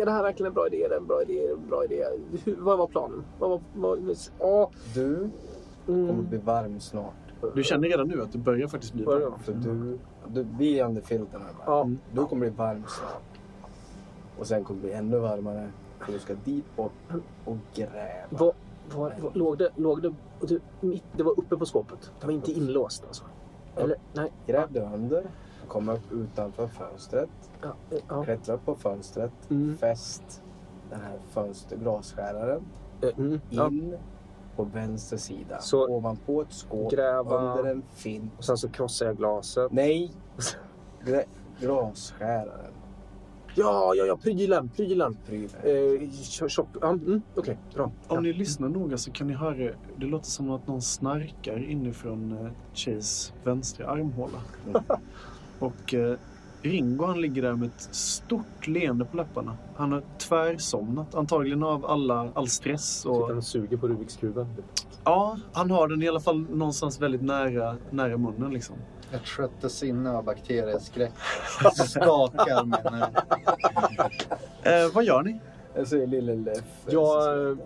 Är det här verkligen en bra idé? Är det en bra idé? Är det en bra idé? Hur, vad var planen? Vad var... Vad, ja,
Du kommer
mm.
bli varm snart.
Du känner redan nu att det börjar faktiskt bli varmt.
För du, du, vi är under filten här. va?
Ja.
Du kommer bli varm snart. Och sen kommer det bli ännu varmare. För du ska dit bort och gräva.
Vad, var, var, låg det... Låg det, och du, mitt, det var uppe på skåpet. Det var inte inlåst alltså? Eller? Nej.
Grävde under, kom upp utanför fönstret,
Ja, eh, ja.
klättra upp på fönstret,
Mm.
fäst den här fönster, glasskäraren
Mm.
Ja.
in på vänster sida.
Så-
ovanpå ett skåp
Gräva.
under en filt.
Och sen så krossar jag glaset.
Nej! Grä, glasskäraren.
Ja, ja, ja. Prylen. Prylen.
Prylen.
Eh, tjo- tjock... Ja, mm, Okej, bra.
Om ni lyssnar noga så kan ni höra, det låter som att någon snarkar inifrån eh, Chases vänstra
(laughs)
armhåla. Och eh, Ringo han ligger där med ett stort leende på läpparna. Han har tvärsomnat, antagligen av alla, all stress. Och,
Sitter och suger på Rubiks kuben.
ja, han har den i alla fall någonstans väldigt nära, nära munnen. Liksom.
Ett sjätte sinne
(laughs)
av bakterieskräck skakar mig nu.
Eh, vad gör ni?
Jag säger lille Leff.
Jag,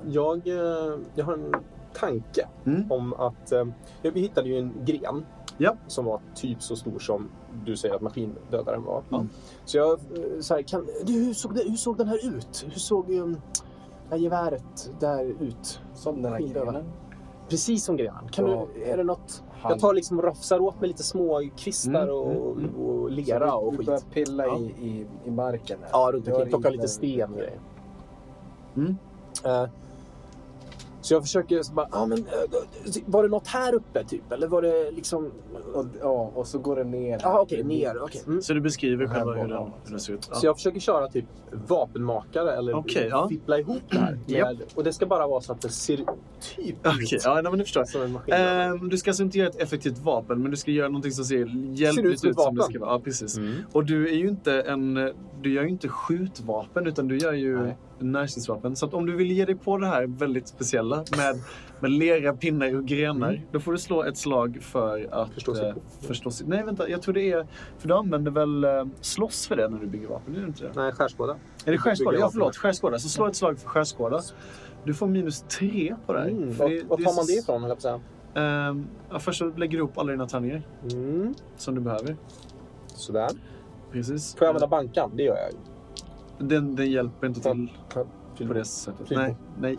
jag, eh, jag har en tanke
Mm.
om att... eh, ja, Vi hittade ju en gren
Ja.
som var typ så stor som du säger att maskindödaren var.
Ja.
Så jag...
Eh, Så här, kan, du, hur, såg det, hur såg den här ut? Hur såg
eh,
um, det här geväret där ut?
Som den här
Skindöva.
grenen.
Precis som grenen.
Kan
Ja.
du, är det något?
Jag tar liksom och rafsar åt med lite små kvistar
Mm,
och, och lera och
Du
skit.
börjar pilla
Ja.
i, i, i marken. Här.
Ja, runt
Gör
omkring. Plocka
i
lite
den-
sten och grejer.
Mm.
Eh,
Så jag försöker så bara, ah, men, eh, var det något här uppe typ? Eller var det liksom...
Och, ja, och så går den ner.
Ja, okej, ner. okej. Mm.
Så du beskriver
Den här
själva hur
bollen,
den, hur den ser ut.
Så
Ja.
jag försöker köra typ vapenmakare eller
Okej, ja.
fippla ihop det här. Med,
Japp.
Och det ska bara vara så att det ser typ
Okej, ja, (laughs) nej, men det förstår jag.
ut som en maskin.
Ehm, du ska alltså inte göra ett effektivt vapen, men du ska göra någonting som ser
Ser ut
hjälpligt
som
ut.
ett
Som det
vapen.
ska vara. Ja, precis.
Mm.
Och du är ju inte en... Du gör ju inte skjutvapen, utan du gör ju
Nej.
närstridsvapen. Så att om du vill ge dig på det här väldigt speciella med, med lera, pinnar och grenar, då får du slå ett slag för att...
Förstå sig
eh,
på.
förstå sig. Nej, vänta. Jag tror det är... För du använder väl eh, slåss för det när du bygger vapen? Är det inte det?
Nej, skärskåda.
Är det skärskåda?
Bygger
Ja,
vapen.
förlåt. Skärskåda. Så slå ett slag för skärskåda. Du får minus tre på det här.
Mm.
För
Var, var
är
tar man
så-
det ifrån, höll jag på att säga?
Ehm, ja, först så lägger du ihop alla dina tärningar
Mm.
som du behöver.
Sådär.
Precis.
Får jag använda bankan? Det gör jag ju.
Den, den hjälper inte till
Ja,
på det sättet.
Fyll
Nej, nej.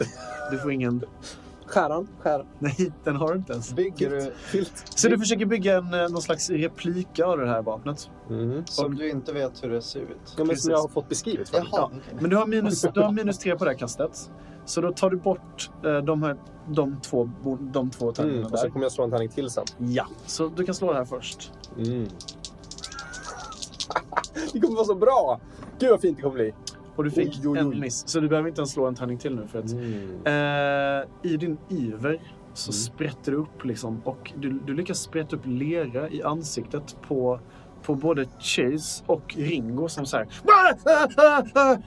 Du får ingen. (laughs)
Skäran? Skär.
Nej, den har du inte ens.
Bygger du,
Filt.
Så du försöker bygga en, eh, någon slags replika av det här vapnet.
Mm.
som du inte vet hur det ser ut?
Ja, men
Precis.
som jag har fått beskrivet.
Jaha,
faktiskt.
Ja.
okej.
Men du har minus, du har minus tre på det här kastet. Så då tar du bort eh, de, här, de två, bo- de två tärningarna
Mm. Och så
där.
kommer jag slå en tärning till sen.
Ja, så du kan slå det här först.
Mm. (laughs) det kommer vara så bra! Gud vad fint det kommer bli.
Och du fick
Oj, oj,
en
oj.
niss. Så du behöver inte ens slå en tärning till nu. För att Eh, I din iver så
Mm.
sprätter du upp liksom och du, du lyckas sprätta upp lera i ansiktet på, på både Chase och Ringo som så här.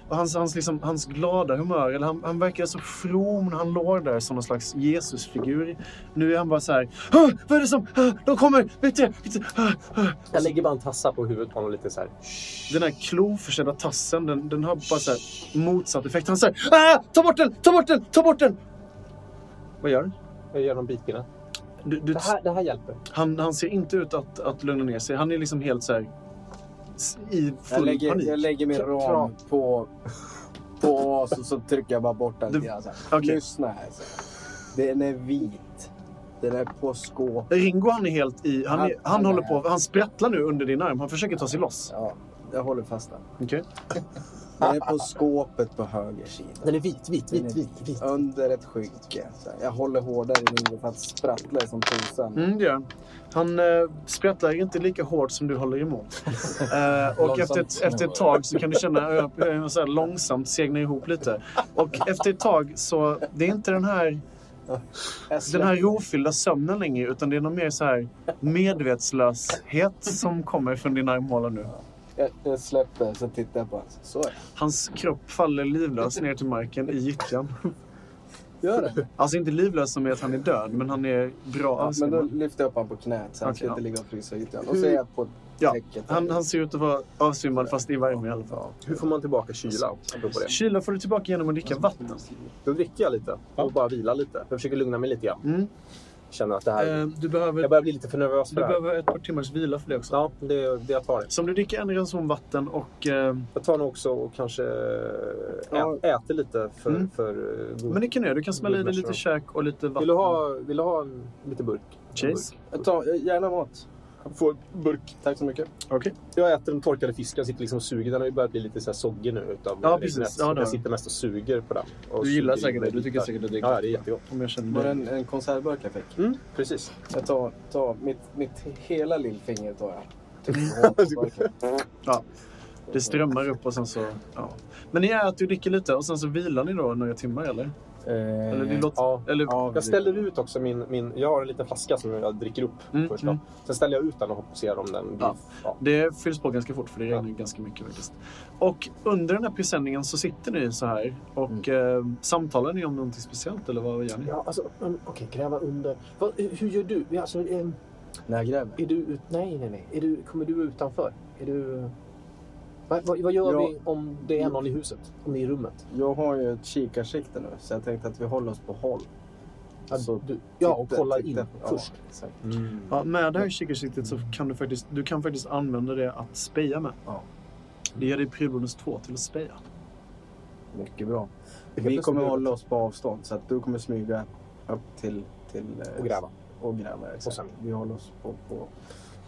Och hans, hans, liksom, hans glada humör, eller han, han verkar så from när han låg där som någon slags Jesusfigur. Nu är han bara så här. "Ah, Vad är det som? ah, De kommer! Vet du, vet du, ah, ah."
Jag lägger bara en tassa på huvudet på honom lite så här.
Den här kloförsedda tassen, den, den har bara så här motsatt effekt. Han säger ah, ta bort den, ta bort den, ta bort den! Vad gör du?
Jag gör någon bitpinne.
du, du
Det här, det här hjälper.
Han, han ser inte ut att, att lugna ner sig. Han är liksom helt så här s- i
Jag
full
lägger,
panik.
jag lägger min
Kram.
ram på, på oss och så trycker jag bara bort den.
Du-
lite grann så här.
Okej.
Lyssna här. Så. här. Den är vit. Den är på skåp.
Ringo han är helt i... Han, är,
Han-
han
han
håller
är-
på... Han sprattlar nu under din arm. Han försöker ta sig loss.
Ja, jag håller fast den.
Okej.
Den är
(laughs)
på skåpet på höger sida.
Den är vit, vit,
Den
vit,
är
vit, vit.
Under ett skynke. Så här. Jag håller hårdare i huvudet för att sprattla som tusan.
Mm, det gör han. Han eh, sprattlar inte lika hårt som du håller
(laughs)
emot. Eh, och efter ett,
Långsamt.
efter ett tag så kan du känna hur jag- hur jag så här långsamt segnar ihop lite. Och efter ett tag så... Det är inte den här...
Jag
den
släpper-
här rofyllda sömnen längre utan det är någon mer så här medvetslöshet som kommer från din armhåla nu.
Jag, jag släpper så tittar jag på honom. Så är
Hans kropp faller livlös ner till marken i gyttjan.
det. Gör
(laughs)
det.
Alltså inte livlös som i att han är död, men han är bra
Ja, men då
avsvimmad.
lyfter jag upp honom på knät så han
Okej,
ska
ja. Mm.
inte ligga och frysa i ytan. Och så är jag på
Ja,
täcket.
han, han ser ut att vara avsvimmad fast i värme i alla fall.
Hur får man tillbaka kyla? Apropå det.
Kyla får du tillbaka genom att dricka vatten.
Då dricker jag lite och bara vila lite. Jag försöker lugna mig lite grann.
Mm.
Känner att det här...
Eh, du,
Jag
behöver,
börjar bli lite för nervös
du
för det här.
behöver ett par timmars vila för det också.
Ja, det, det jag tar det.
Så om du dricker en ranson vatten och... Eh,
Jag tar nog också och kanske ä,
Ja.
äter lite för...
Mm.
för eh, god-
men det kan du göra. Du kan smälla i dig lite käk och lite vatten.
vill, du ha, vill du ha en liten burk? En
Chase?
burk.
Jag tar eh, gärna mat.
Får en burk.
Tack så mycket.
Okej.
Jag äter den torkade fisken, sitter liksom och suger. Den har ju börjat bli lite så här soggig nu utav
Ja,
regnet.
precis. Ja,
Så
det har
jag
den.
sitter mest och suger på den. Och
Du gillar
suger i
säkert det.
mig
Du tycker
bitar.
säkert att det är
Ja, det är jättegott.
Om jag
Var
känner
det
det.
en, en konservburk jag fick?
Precis.
Jag tar, tar mitt, mitt hela lillfinger tar jag. Typ Trycker på burken.
Det strömmar upp och sen så... Ja. Men ni äter och dricker lite och sen så vilar ni då några timmar eller? Eller
Eh,
det låter-
Ja.
Eller
Ja,
Jag ställer ut också min, min... Jag har en liten flaska som jag dricker upp
Mm,
först. Då.
mm.
Sen ställer jag ut den och hoppas se om den...
Ja.
Ja. Ja.
Det fylls på ganska fort för det
Ja.
regnar ganska mycket faktiskt. Och under den här presenningen så sitter ni så här och eh, samtalar ni om någonting speciellt eller vad gör ni?
Ja, alltså, um, okej, gräva under. Vad, hur hur gör du? Ja, Alltså, em,
När jag gräver.
är du ut... Nej, nej, nej. Är du, kommer du utanför? Är du... Vad, vad, vad gör
Ja.
vi om det är någon i huset? Om ni är i rummet?
Jag har ju ett kikarsikte nu, så jag tänkte att vi håller oss på håll.
Ja,
Så
du, Alltså, ja och
titta-
kolla in
titta- ja,
först.
exakt.
Ja, med det här kikarsiktet så kan du faktiskt, du kan faktiskt använda det att speja med.
Ja.
Det ger dig prylbonus 2 till att speja.
Mycket bra.
Jag
Vi
kan
kommer
smyga.
hålla oss på avstånd, så att du kommer smyga upp till... till eh,
Och gräva.
Och gräva, exakt.
Och sen-
Vi håller oss på, på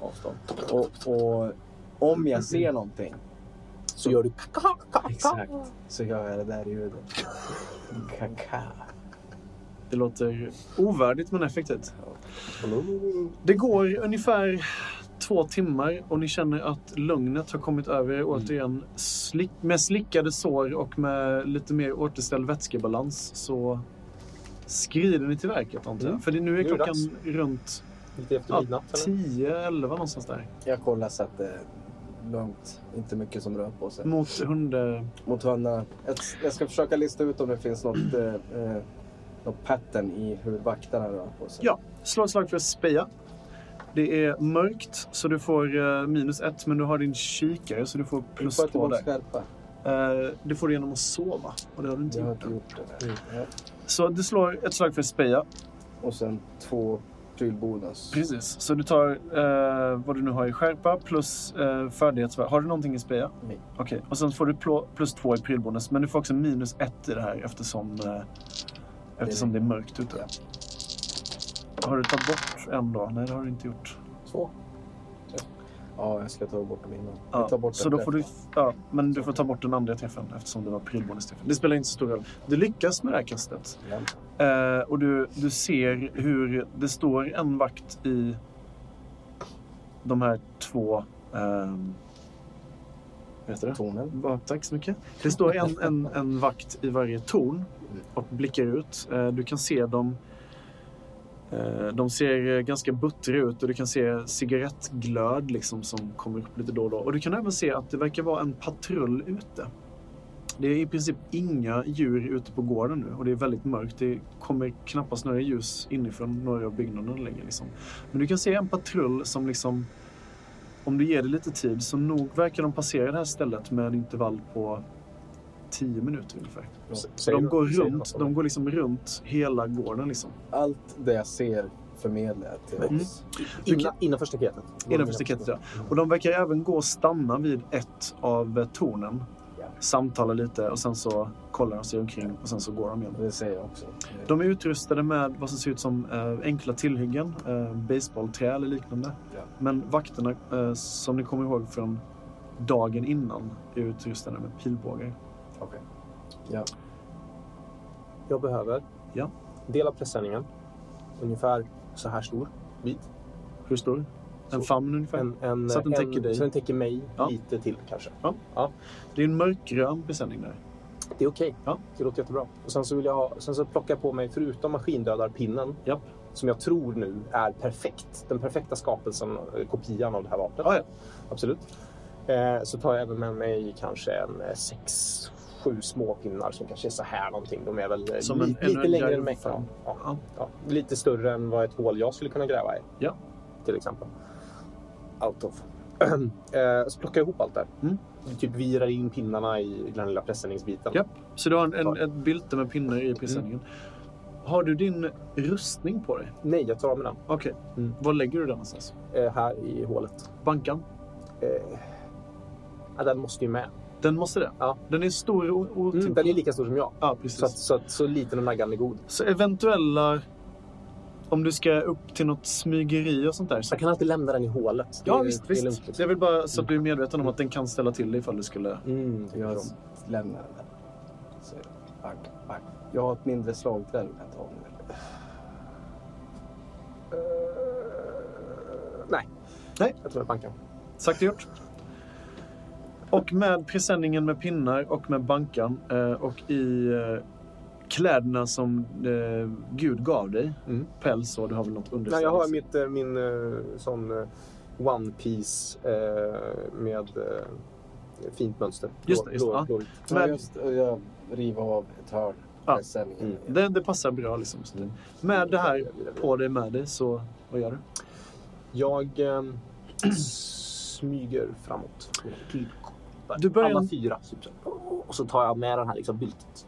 avstånd. Och, och om jag ser någonting
Så gör du...
Exakt. så gör jag det där ljudet. Kaka.
Det låter ovärdigt men effektivt. Det går ungefär två timmar och ni känner att lugnet har kommit över er återigen. Slick, med slickade sår och med lite mer återställd vätskebalans så skrider ni till verket antar jag. För det, Mm. nu är
Nu är det
klockan runt
Lite efter
ja,
midnatt. eller?
10-11 någonstans där.
Jag kollar så att det är lugnt. Inte mycket som rör på sig.
Mot hund... eh,
mot hönorna. Jag, jag ska försöka lista ut om det finns något, eh, eh, något pattern i hur vakterna rör på sig.
Ja, slå ett slag för att speja. Det är mörkt så du får eh, minus ett men du har din kikare så du får plus
Får jag
två
tillbaka
där.
skärpa?
Eh, det får du genom att sova och det har du inte
Jag har
gjort
inte
än.
gjort det. Där. Ja.
Så du slår ett slag för speja.
Och sen två prylbonus.
Precis. Så du tar eh, vad du nu har i skärpa plus eh, färdighetsvärde. Har du någonting i speja?
Nej.
Okej. Och sen får du plå, plus två i prylbonus. Men du får också minus ett i det här eftersom, eh, eftersom det är mörkt ute. Har du tagit bort en då? Nej, det har du inte gjort.
Två. Ja, jag ska ta bort dem innan.
Ja,
Jag tar bort
så
den
då
där.
får du, ja, men du får ta bort den andra träffen eftersom det var prylbonusträffen. Det spelar inte så stor roll. Du lyckas med det här kastet.
Ja.
Eh, och du, du ser hur det står en vakt i de här två... ehm, vad heter det?
Tornen.
Ja, tack så mycket. Det står en, en, en vakt i varje torn och blickar ut. Eh, Du kan se dem. eh, De ser eh, ganska buttriga ut och du kan se cigarettglöd liksom som kommer upp lite då och då. Och du kan även se att det verkar vara en patrull ute. Det är i princip inga djur ute på gården nu och det är väldigt mörkt. Det kommer knappast några ljus inifrån några av byggnaderna längre. Liksom. Men du kan se en patrull som liksom om du ger det lite tid så nog verkar de passera det här stället med en intervall på 10 minuter ungefär.
S-
Så
säger
de
du-
går
säger du
runt,
något om
de går liksom runt hela gården liksom.
Allt det jag ser förmedlar jag till
Mm.
oss.
det? Innan, innanför staketet.
Innanför staketet ja. Och de verkar även gå och stanna vid ett av eh, tornen.
Ja.
Samtalar lite och sen så kollar de sig omkring och sen så går de igen.
Det ser jag också.
De är utrustade med vad som ser ut som eh, enkla tillhyggen, eh, baseballträ eller liknande.
Ja.
Men vakterna, eh, som ni kommer ihåg från dagen innan, är utrustade med pilbågar.
Jag behöver.
Ja.
Del av presenningen. Ungefär så här stor bit.
Hur stor? En
Så-
famn ungefär?
En, en,
Så att den
en-
täcker dig.
Så den täcker mig
Ja.
lite till kanske.
Det är en mörkgrön besättning där.
Det är okej.
Ja.
Det låter jättebra. Och sen så vill jag ha, sen så plockar jag på mig, förutom maskindödarpinnen,
Japp.
som jag tror nu är perfekt, den perfekta skapelsen, eh, kopian av det här vapnet.
Ja, ja.
Absolut. Eh, så tar jag även med mig kanske en eh, sex, sju små pinnar som kanske är så här någonting. De är väl eh,
Som
li-
en- ännu
lite
en
längre
djärv
än mig. Ja,
fram.
ja,
Ja.
ja. Lite större än vad ett hål jag skulle kunna gräva i.
Ja.
Till exempel. Out of. (clears throat) eh, så plockar jag ihop allt där.
Mm.
Typ virar in pinnarna i den lilla presenningsbiten.
Ja. Så du har en, en, ett bylte med pinnar i presenningen. Har du din rustning på dig?
Nej, jag tar av mig den.
Okej.
Mm.
Var lägger du den någonstans?
Eh, här i hålet.
Bankan?
Eh, ja, den måste ju med.
Den måste det?
Ja.
Den är stor och och
Mm,
otymplig.
Den är lika stor som jag.
Ja, precis.
Så, att, så, att, så liten och naggande god.
Så eventuella... Okej, Om du ska upp till något smygeri och sånt där. Så...
Jag kan alltid lämna den i hålet.
Ja,
är-
visst,
det är lugnt,
visst.
liksom.
Så jag vill bara så att du är medveten om att den kan ställa till dig ifall du skulle...
Mm, jag
om.
lämnar den där. Så, bang, bang. Jag har ett mindre slagträ du kan ta av nu.
Jag tror jag bankar.
Sagt och gjort. Och med presenningen med pinnar och med bankan eh, och i eh, kläderna som eh, Gud gav dig.
Mm.
Päls och du har väl något underställ?
Nej, jag har mitt, eh, min eh, sån eh, One Piece eh, med eh, fint mönster.
Just det, just det, ja.
blåvitt.
Men...
Men-
Just, eh, jag river av ett hörn.
Ja.
Ah. Sen,
Mm.
Det, det passar bra liksom. Med det här på dig med dig så vad gör du?
Jag eh, (clears throat) smyger framåt.
Typ Du börjar-
Alla fyra. Typ, så.
Och så tar jag med den här liksom byltet.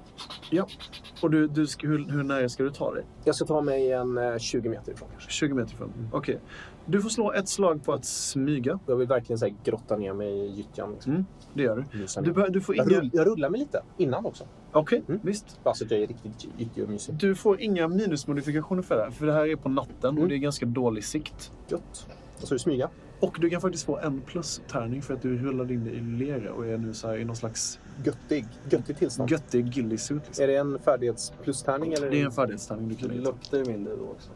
Och du, du ska, hur, hur nära ska du ta dig?
Jag ska ta mig en eh, 20 meter ifrån kanske.
20 meter ifrån?
Mm.
Okej. Du får slå ett slag på att smyga.
Jag vill verkligen så här, grotta ner mig i gyttjan. Liksom.
Det gör du.
Mysa
Mm. Du,
ner.
bör, du får
jag,
inga...
rull, jag rullar mig lite innan också.
Okej,
Mm.
visst.
Bara så att jag är riktigt gy- gyttjig och mysig.
Du får inga minusmodifikationer för det här, för det här är på natten och
Mm.
det är ganska dålig sikt.
Gött. Och så är det smyga.
Och du kan faktiskt få en plus-tärning för att du rullade in i lera och är nu så här i någon slags
Göttig, göttig tillstånd.
göttig gillisuit. Liksom.
Är det en färdighetsplustärning? Eller
Det är en färdighetstärning du kan hitta.
luktar ju mindre då också.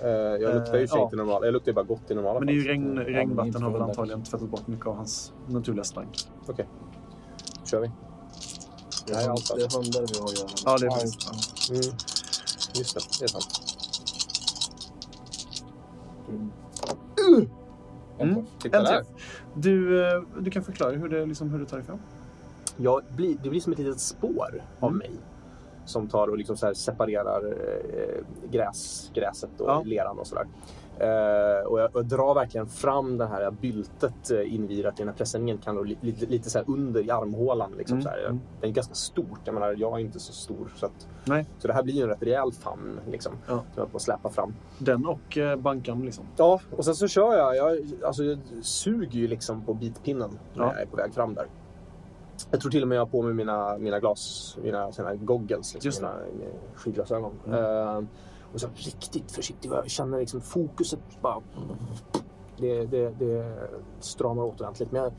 Eh, jag luktar ju i och för sig
ja.
inte normal. Jag luktar ju bara gott i normala
Men det är ju
fall.
regn,
Ja,
regnvatten har väl
minst
antagligen tvättat bort mycket av hans naturliga stank.
kör vi.
Det här är allt. Det är hundar vi har att göra med.
Ja, det är faktiskt. ja.
Mm. Just det, det är sant.
Mm.
Titta
En
där.
träff. Du, eh, du kan förklara hur, det, liksom, hur du tar dig fram.
Jag blir, det blir som ett litet spår av
Mm.
mig som tar och liksom så här separerar eh, gräs, gräset och
Ja.
leran och sådär. Eh, och jag, jag drar verkligen fram det här byltet eh, invirat i den här presenningen. Kan då li, lite, lite så här under i armhålan. Liksom,
Mm,
så här.
mm.
Den är ganska stort. Jag, menar, jag är inte så stor. Så, att,
Nej.
så det här blir ju en rätt rejäl famn liksom,
Ja.
som jag håller på att släpa fram.
Den och eh, bankan liksom.
Ja, och sen så kör jag. Jag, alltså, jag suger ju liksom på bitpinnen när
Ja.
jag är på väg fram där. Jag tror till och med jag har på mig mina, mina glas, mina såna här goggles,
Just Mm.
liksom, mina eh, skidglasögon. Eh, och så riktigt försiktig. Jag känner liksom fokuset bara... Det, det, det stramar åt ordentligt. Men jag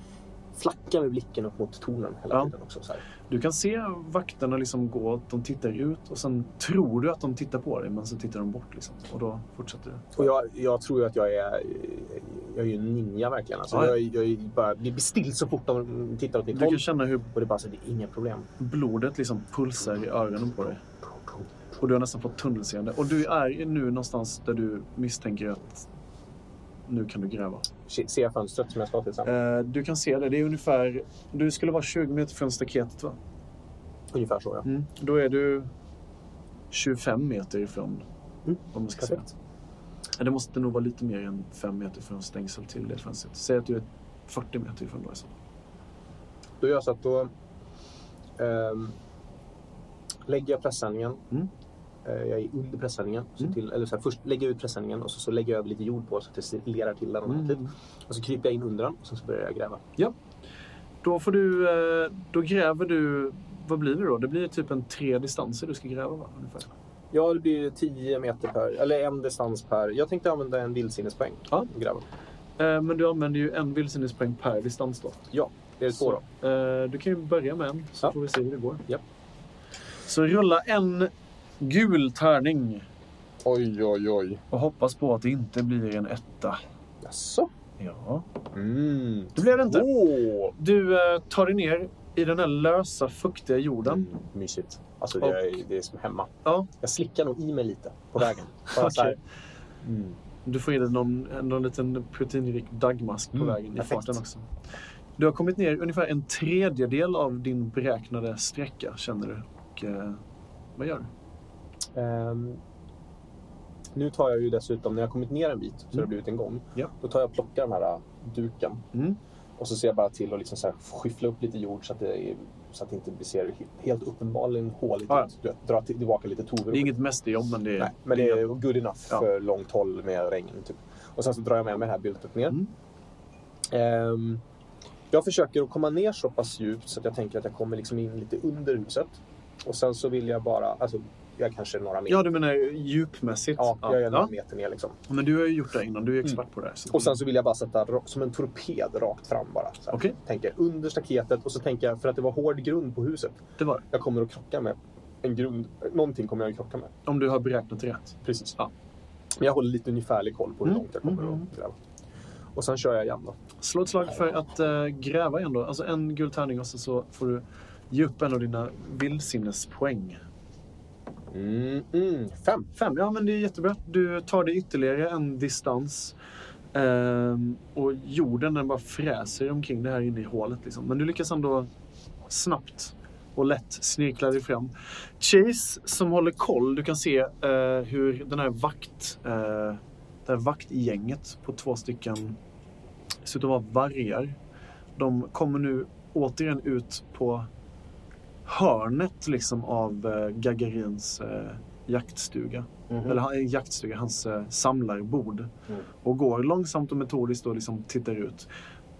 flackar med blicken upp mot tornen hela
Ja.
tiden också. Så här.
Du kan se vakterna liksom gå, de tittar ut och sen tror du att de tittar på dig men så tittar de bort liksom. Och då fortsätter du.
Och jag, jag tror ju att jag är... Jag är ju en ninja verkligen. Alltså,
Ja, ja.
Jag, är- jag är ju bara, det blir still så fort de tittar åt mitt
Du
håll.
kan känna hur
Och det är bara så, det är inga problem.
blodet liksom pulsar i ögonen på dig. Och du har nästan fått tunnelseende. Och du är nu någonstans där du misstänker att nu kan du gräva.
Se- Ser jag fönstret som jag ska till sen?
Eh, du kan se det, det är ungefär... Du skulle vara 20 meter från staketet va?
Ungefär så, ja.
Då är du 25 meter ifrån
Mm,
vad man ska säga. Ja, Det måste nog vara lite mer än 5 meter från stängsel till det fönstret. Säg att du är 40 meter ifrån då. i så fall.
Då gör jag så att då ehm, lägger jag pressändningen.
Mm.
Eh, jag är under pressändningen. Så
Mm.
till, eller så här, först lägger jag ut pressändningen och så, så lägger jag över lite jord på så att det silerar till den ordentligt. Och så kryper jag in under den och sen så börjar jag gräva.
Då får du... eh, Då gräver du... Vad blir det då? Det blir typ en tre distanser du ska gräva va? Ungefär.
Ja, det blir 10 meter per, eller en distans per. Jag tänkte använda en vildsinnespoäng.
Ja.
och Gräva.
Eh, Men du använder ju en vildsinnespoäng per distans då.
Det är två då.
Eh, Du kan ju börja med en så
Ja.
får vi se hur det går.
Japp.
Så rulla en gul tärning
Oj, oj, oj.
och hoppas på att det inte blir en etta.
Jaså?
Ja.
Mm.
Det blev det inte.
Åh!
Du eh, tar dig ner i den här lösa, fuktiga jorden.
Mm, mysigt. Alltså, det,
Och-
är, det är som hemma.
Ja.
Jag slickar nog i mig lite
(laughs)
på vägen. Bara så här. Mm.
Du får i dig någon, någon liten proteinrik dagmask på
Mm,
vägen i
perfekt.
farten också. Du har kommit ner ungefär en tredjedel av din beräknade sträcka, känner du. Och, eh, vad gör du?
Ehm, nu tar jag ju dessutom, när jag kommit ner en bit, så har det
Mm.
blivit en gång.
Ja.
Då tar jag och plockar den här äh, duken.
Mm.
Och så ser jag bara till att liksom så här skyffla upp lite jord så att det, är, så att det inte blir- ser he- helt uppenbarligen håligt
Ja, ja.
ut. Du- Dra till- tillbaka lite tover.
Det är inget mästerjobb, men det är...
Nej, men det är good enough
Ja.
för långt håll med regn. Typ. Och sen så drar jag med mig det här byltet ner.
Mm.
Ehm, jag försöker att komma ner så pass djupt så att jag tänker att jag kommer liksom in lite under huset. Och sen så vill jag bara, alltså Jag är kanske några meter.
Ja, du menar djupmässigt?
Ja, jag är några meter ner liksom.
Men du har ju gjort det innan, du är expert på det här. så-
Och sen så vill jag bara sätta ra- som en torped rakt fram bara. Så här.
Okej.
Tänker under staketet och så tänker jag, för att det var hård grund på huset.
Det var
Jag kommer att krocka med en grund. Någonting kommer jag att krocka med.
det. Om du har beräknat rätt.
Precis.
Ja.
Men jag håller lite ungefärlig koll på hur
Mm.
långt jag kommer
Mm, mm.
att gräva. Och sen kör jag igen då.
Slå ett slag för att eh, gräva igen då. Alltså en gul tärning och sen så får du ge upp en av dina vildsinnespoäng.
Mm, mm. Fem.
Fem, ja men det är jättebra. Du tar dig ytterligare en distans. Ehm, och jorden den bara fräser omkring det här inne i hålet. Liksom. Men du lyckas ändå snabbt och lätt snirkla dig fram. Chase som håller koll, du kan se eh, hur den här vakt, eh, det här vaktgänget på två stycken, ser ut att vara vargar. De kommer nu återigen ut på hörnet liksom av eh, Gagarins eh, jaktstuga. Eller han- eh, jaktstuga, hans eh, samlarbord. Och går långsamt och metodiskt och liksom tittar ut.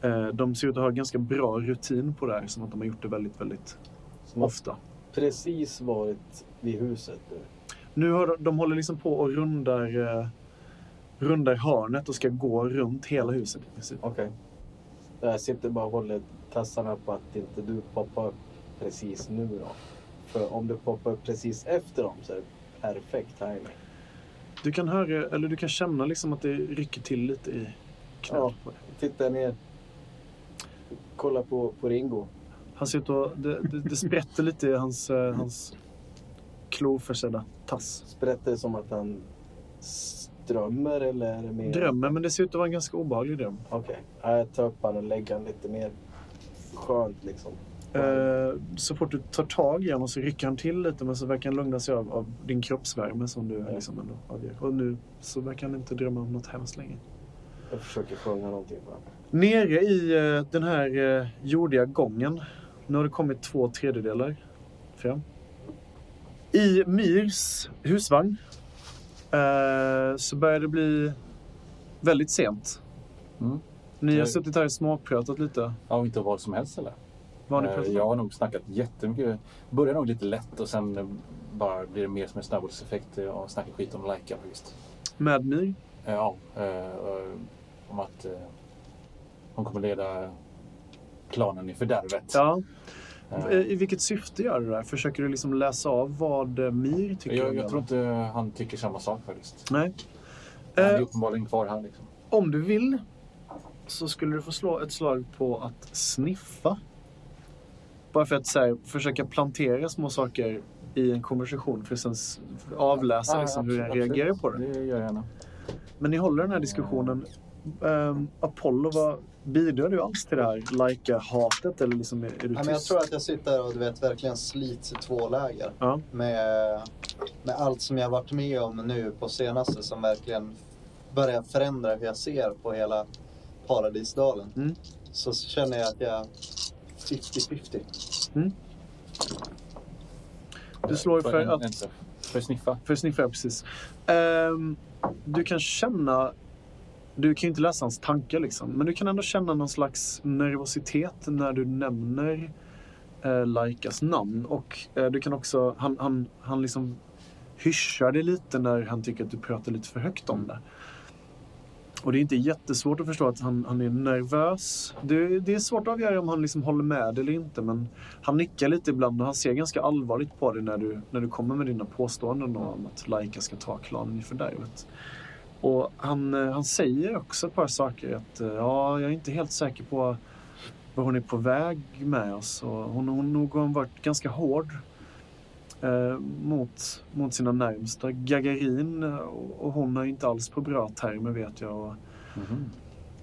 Eh, de ser ut att ha ganska bra rutin på det här, som att de har gjort det väldigt, väldigt
Som har
ofta.
precis varit vid huset nu.
Nu har de, de håller liksom på och rundar, eh, rundar hörnet och ska gå runt hela huset. i princip.
Okej. Jag sitter bara och håller tassarna på att inte du poppar precis nu då. För om du poppar precis efter dem så är det perfekt timing.
Du kan höra, eller du kan känna liksom att det rycker till lite i knät.
Ja. Titta ner. Kolla på, på Ringo.
Han ser ut att, det, det, det sprätter lite i hans, eh, hans kloförsedda tass.
Sprätter det som att han s- drömmer eller är det mer...
Drömmen, men det ser ut att vara en ganska obehaglig dröm.
Okej. Ja, Jag tar upp han och lägger han lite mer skönt liksom.
Eh, så fort du tar tag i honom så rycker han till lite men så verkar han lugna sig av, av din kroppsvärme som
Mm.
du liksom ändå avger. Och nu så verkar han inte drömma om något hemskt längre.
Jag försöker sjunga någonting för honom.
Nere i eh, den här eh, jordiga gången, nu har det kommit två tredjedelar fram. I Myrs husvagn eh, så börjar det bli väldigt sent.
Mm.
Ni har
Nej.
suttit här och småpratat lite.
Ja, och inte vad som helst eller?
Vad har ni
Eh,
pratat om?
Jag har nog snackat jättemycket. Börjar nog lite lätt och sen eh, bara blir det mer som en snöbollseffekt. eh, och snackar skit om Laika faktiskt.
Med Myr?
Eh, Ja, eh, eh, om att eh, hon kommer leda klanen i fördärvet.
Ja.
Eh,
Eh, I vilket syfte gör du det här? Försöker du liksom läsa av vad eh, Mir tycker?
jag,
om
jag
det?
tror inte han tycker samma sak faktiskt.
Nej.
Han är
Eh,
uppenbarligen kvar här liksom.
om du vill så skulle du få slå ett slag på att sniffa. Bara för att så här, försöka plantera små saker i en konversation för att sen s- avläsa
Ja,
liksom, hur den
absolut,
reagerar på det.
absolut. Det gör jag gärna.
Men ni håller den här diskussionen. Ehm, Apollo, vad, bidrar du alls till det här Laika-hatet? Eller liksom, är, är du
Ja, men jag
tyst?
tror att jag sitter och du vet, verkligen slits i två läger.
Ja.
Med, med allt som jag varit med om nu på senaste som verkligen börjar förändra hur jag ser på hela Paradisdalen.
Mm.
Så känner jag att jag 50-50.
Du slår
För,
för
en,
att
en, träff. för sniffa.
För sniffar jag precis. Ehm, du kan känna... Du kan ju inte läsa hans tankar, liksom, men du kan ändå känna någon slags nervositet när du nämner eh, Laikas namn. Och eh, du kan också... Han, han, han liksom hyschar dig lite när han tycker att du pratar lite för högt om det. Och det är inte jättesvårt att förstå att han, han är nervös. Det, det är svårt att avgöra om han liksom håller med eller inte, men han nickar lite ibland och han ser ganska allvarligt på dig när du, när du kommer med dina påståenden om att Laika ska ta klanen i fördärvet. Och han, eh, han säger också ett par saker. Att, eh, ja, jag är inte helt säker på vad hon är på väg med oss. Och hon, hon nog har varit ganska hård eh, mot, mot sina närmsta. Gagarin eh, och, och hon är inte alls på bra termer vet jag. Och,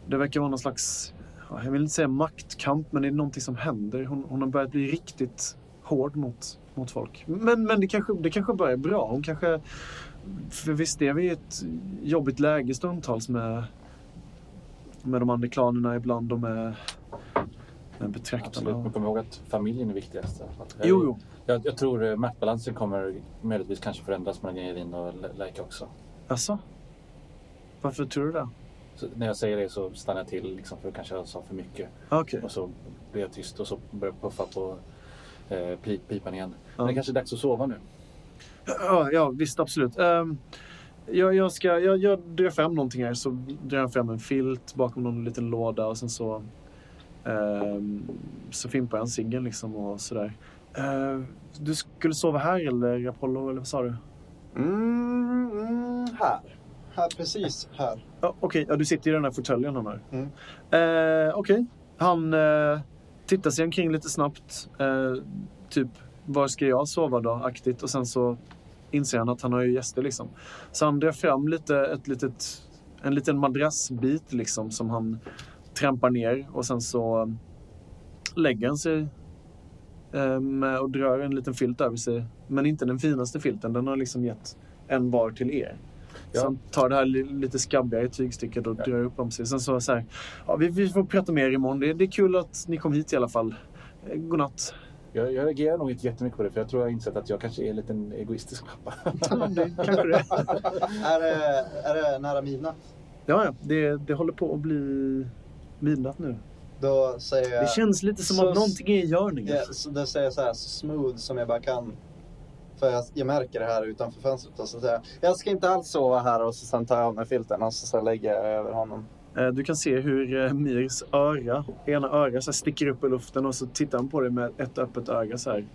det verkar vara någon slags, ja, jag vill inte säga maktkamp, men det är någonting som händer. Hon, hon har börjat bli riktigt hård mot, mot folk. Men, men det, kanske, det kanske bara är bra. Hon kanske, för visst är vi i ett jobbigt läge stundtals med, med de andra klanerna ibland och med, med betraktarna.
Absolut, men kom ihåg att familjen är viktigast. i alla fall. Jag-
Jo, jo.
Jag, jag tror eh, maktbalansen kommer möjligtvis kanske förändras mellan Gagarin och Le- Laika också.
Alltså? Varför tror du det?
Så när jag säger det så stannar jag till liksom, för kanske jag sa för mycket.
Ah, Okej.
Och så blir jag tyst och så börjar jag puffa på eh, pi- pipan igen.
Ja.
Men det kanske är dags att sova nu.
Ja, ja visst, absolut. Ehm, jag, jag, ska, jag, jag drar fram någonting här. Så drar jag fram en filt bakom någon liten låda och sen så, ehm, så fimpar jag en singel liksom och sådär. Uh, du skulle sova här eller Apollo eller vad sa du?
Mm, mm, här. Här, precis här.
Ja, Okej, ja, du sitter i den här fåtöljen han har.
Mm.
Eh, Okej, han eh, tittar sig omkring lite snabbt. Eh, typ, var ska jag sova då? Aktigt. Och sen så inser han att han har ju gäster liksom. Så han drar fram lite, ett litet, en liten madrassbit liksom som han trampar ner och sen så eh, lägger han sig eh, med- och drar en liten filt över sig. Men inte den finaste filten, den har liksom gett en var till er. Så
Ja.
han tar det här li- lite skabbigare tygstycket och drar upp om sig. Sen så, så här, ja, vi, vi får prata mer imorgon. Det, det är kul att ni kom hit i alla fall. Eh, Godnatt.
Jag, jag reagerar nog inte jättemycket på det, för jag tror jag har insett att jag kanske är en liten egoistisk pappa.
Kanske
(laughs)
det.
Är det, är det nära midnatt?
Ja, ja det, det håller på att bli midnatt nu.
Då säger jag...
Det känns lite som
Så-
att någonting är i görningen.
Ja, så då säger jag så här så smooth som jag bara kan. För jag, jag märker det här utanför fönstret. Och så säger jag, jag ska inte alls sova här. Och så sen tar jag av mig filten och så, så lägger jag över honom.
Eh, Du kan se hur eh, Mirs öra, ena öra så här sticker upp i luften och så tittar han på dig med ett öppet öga så här.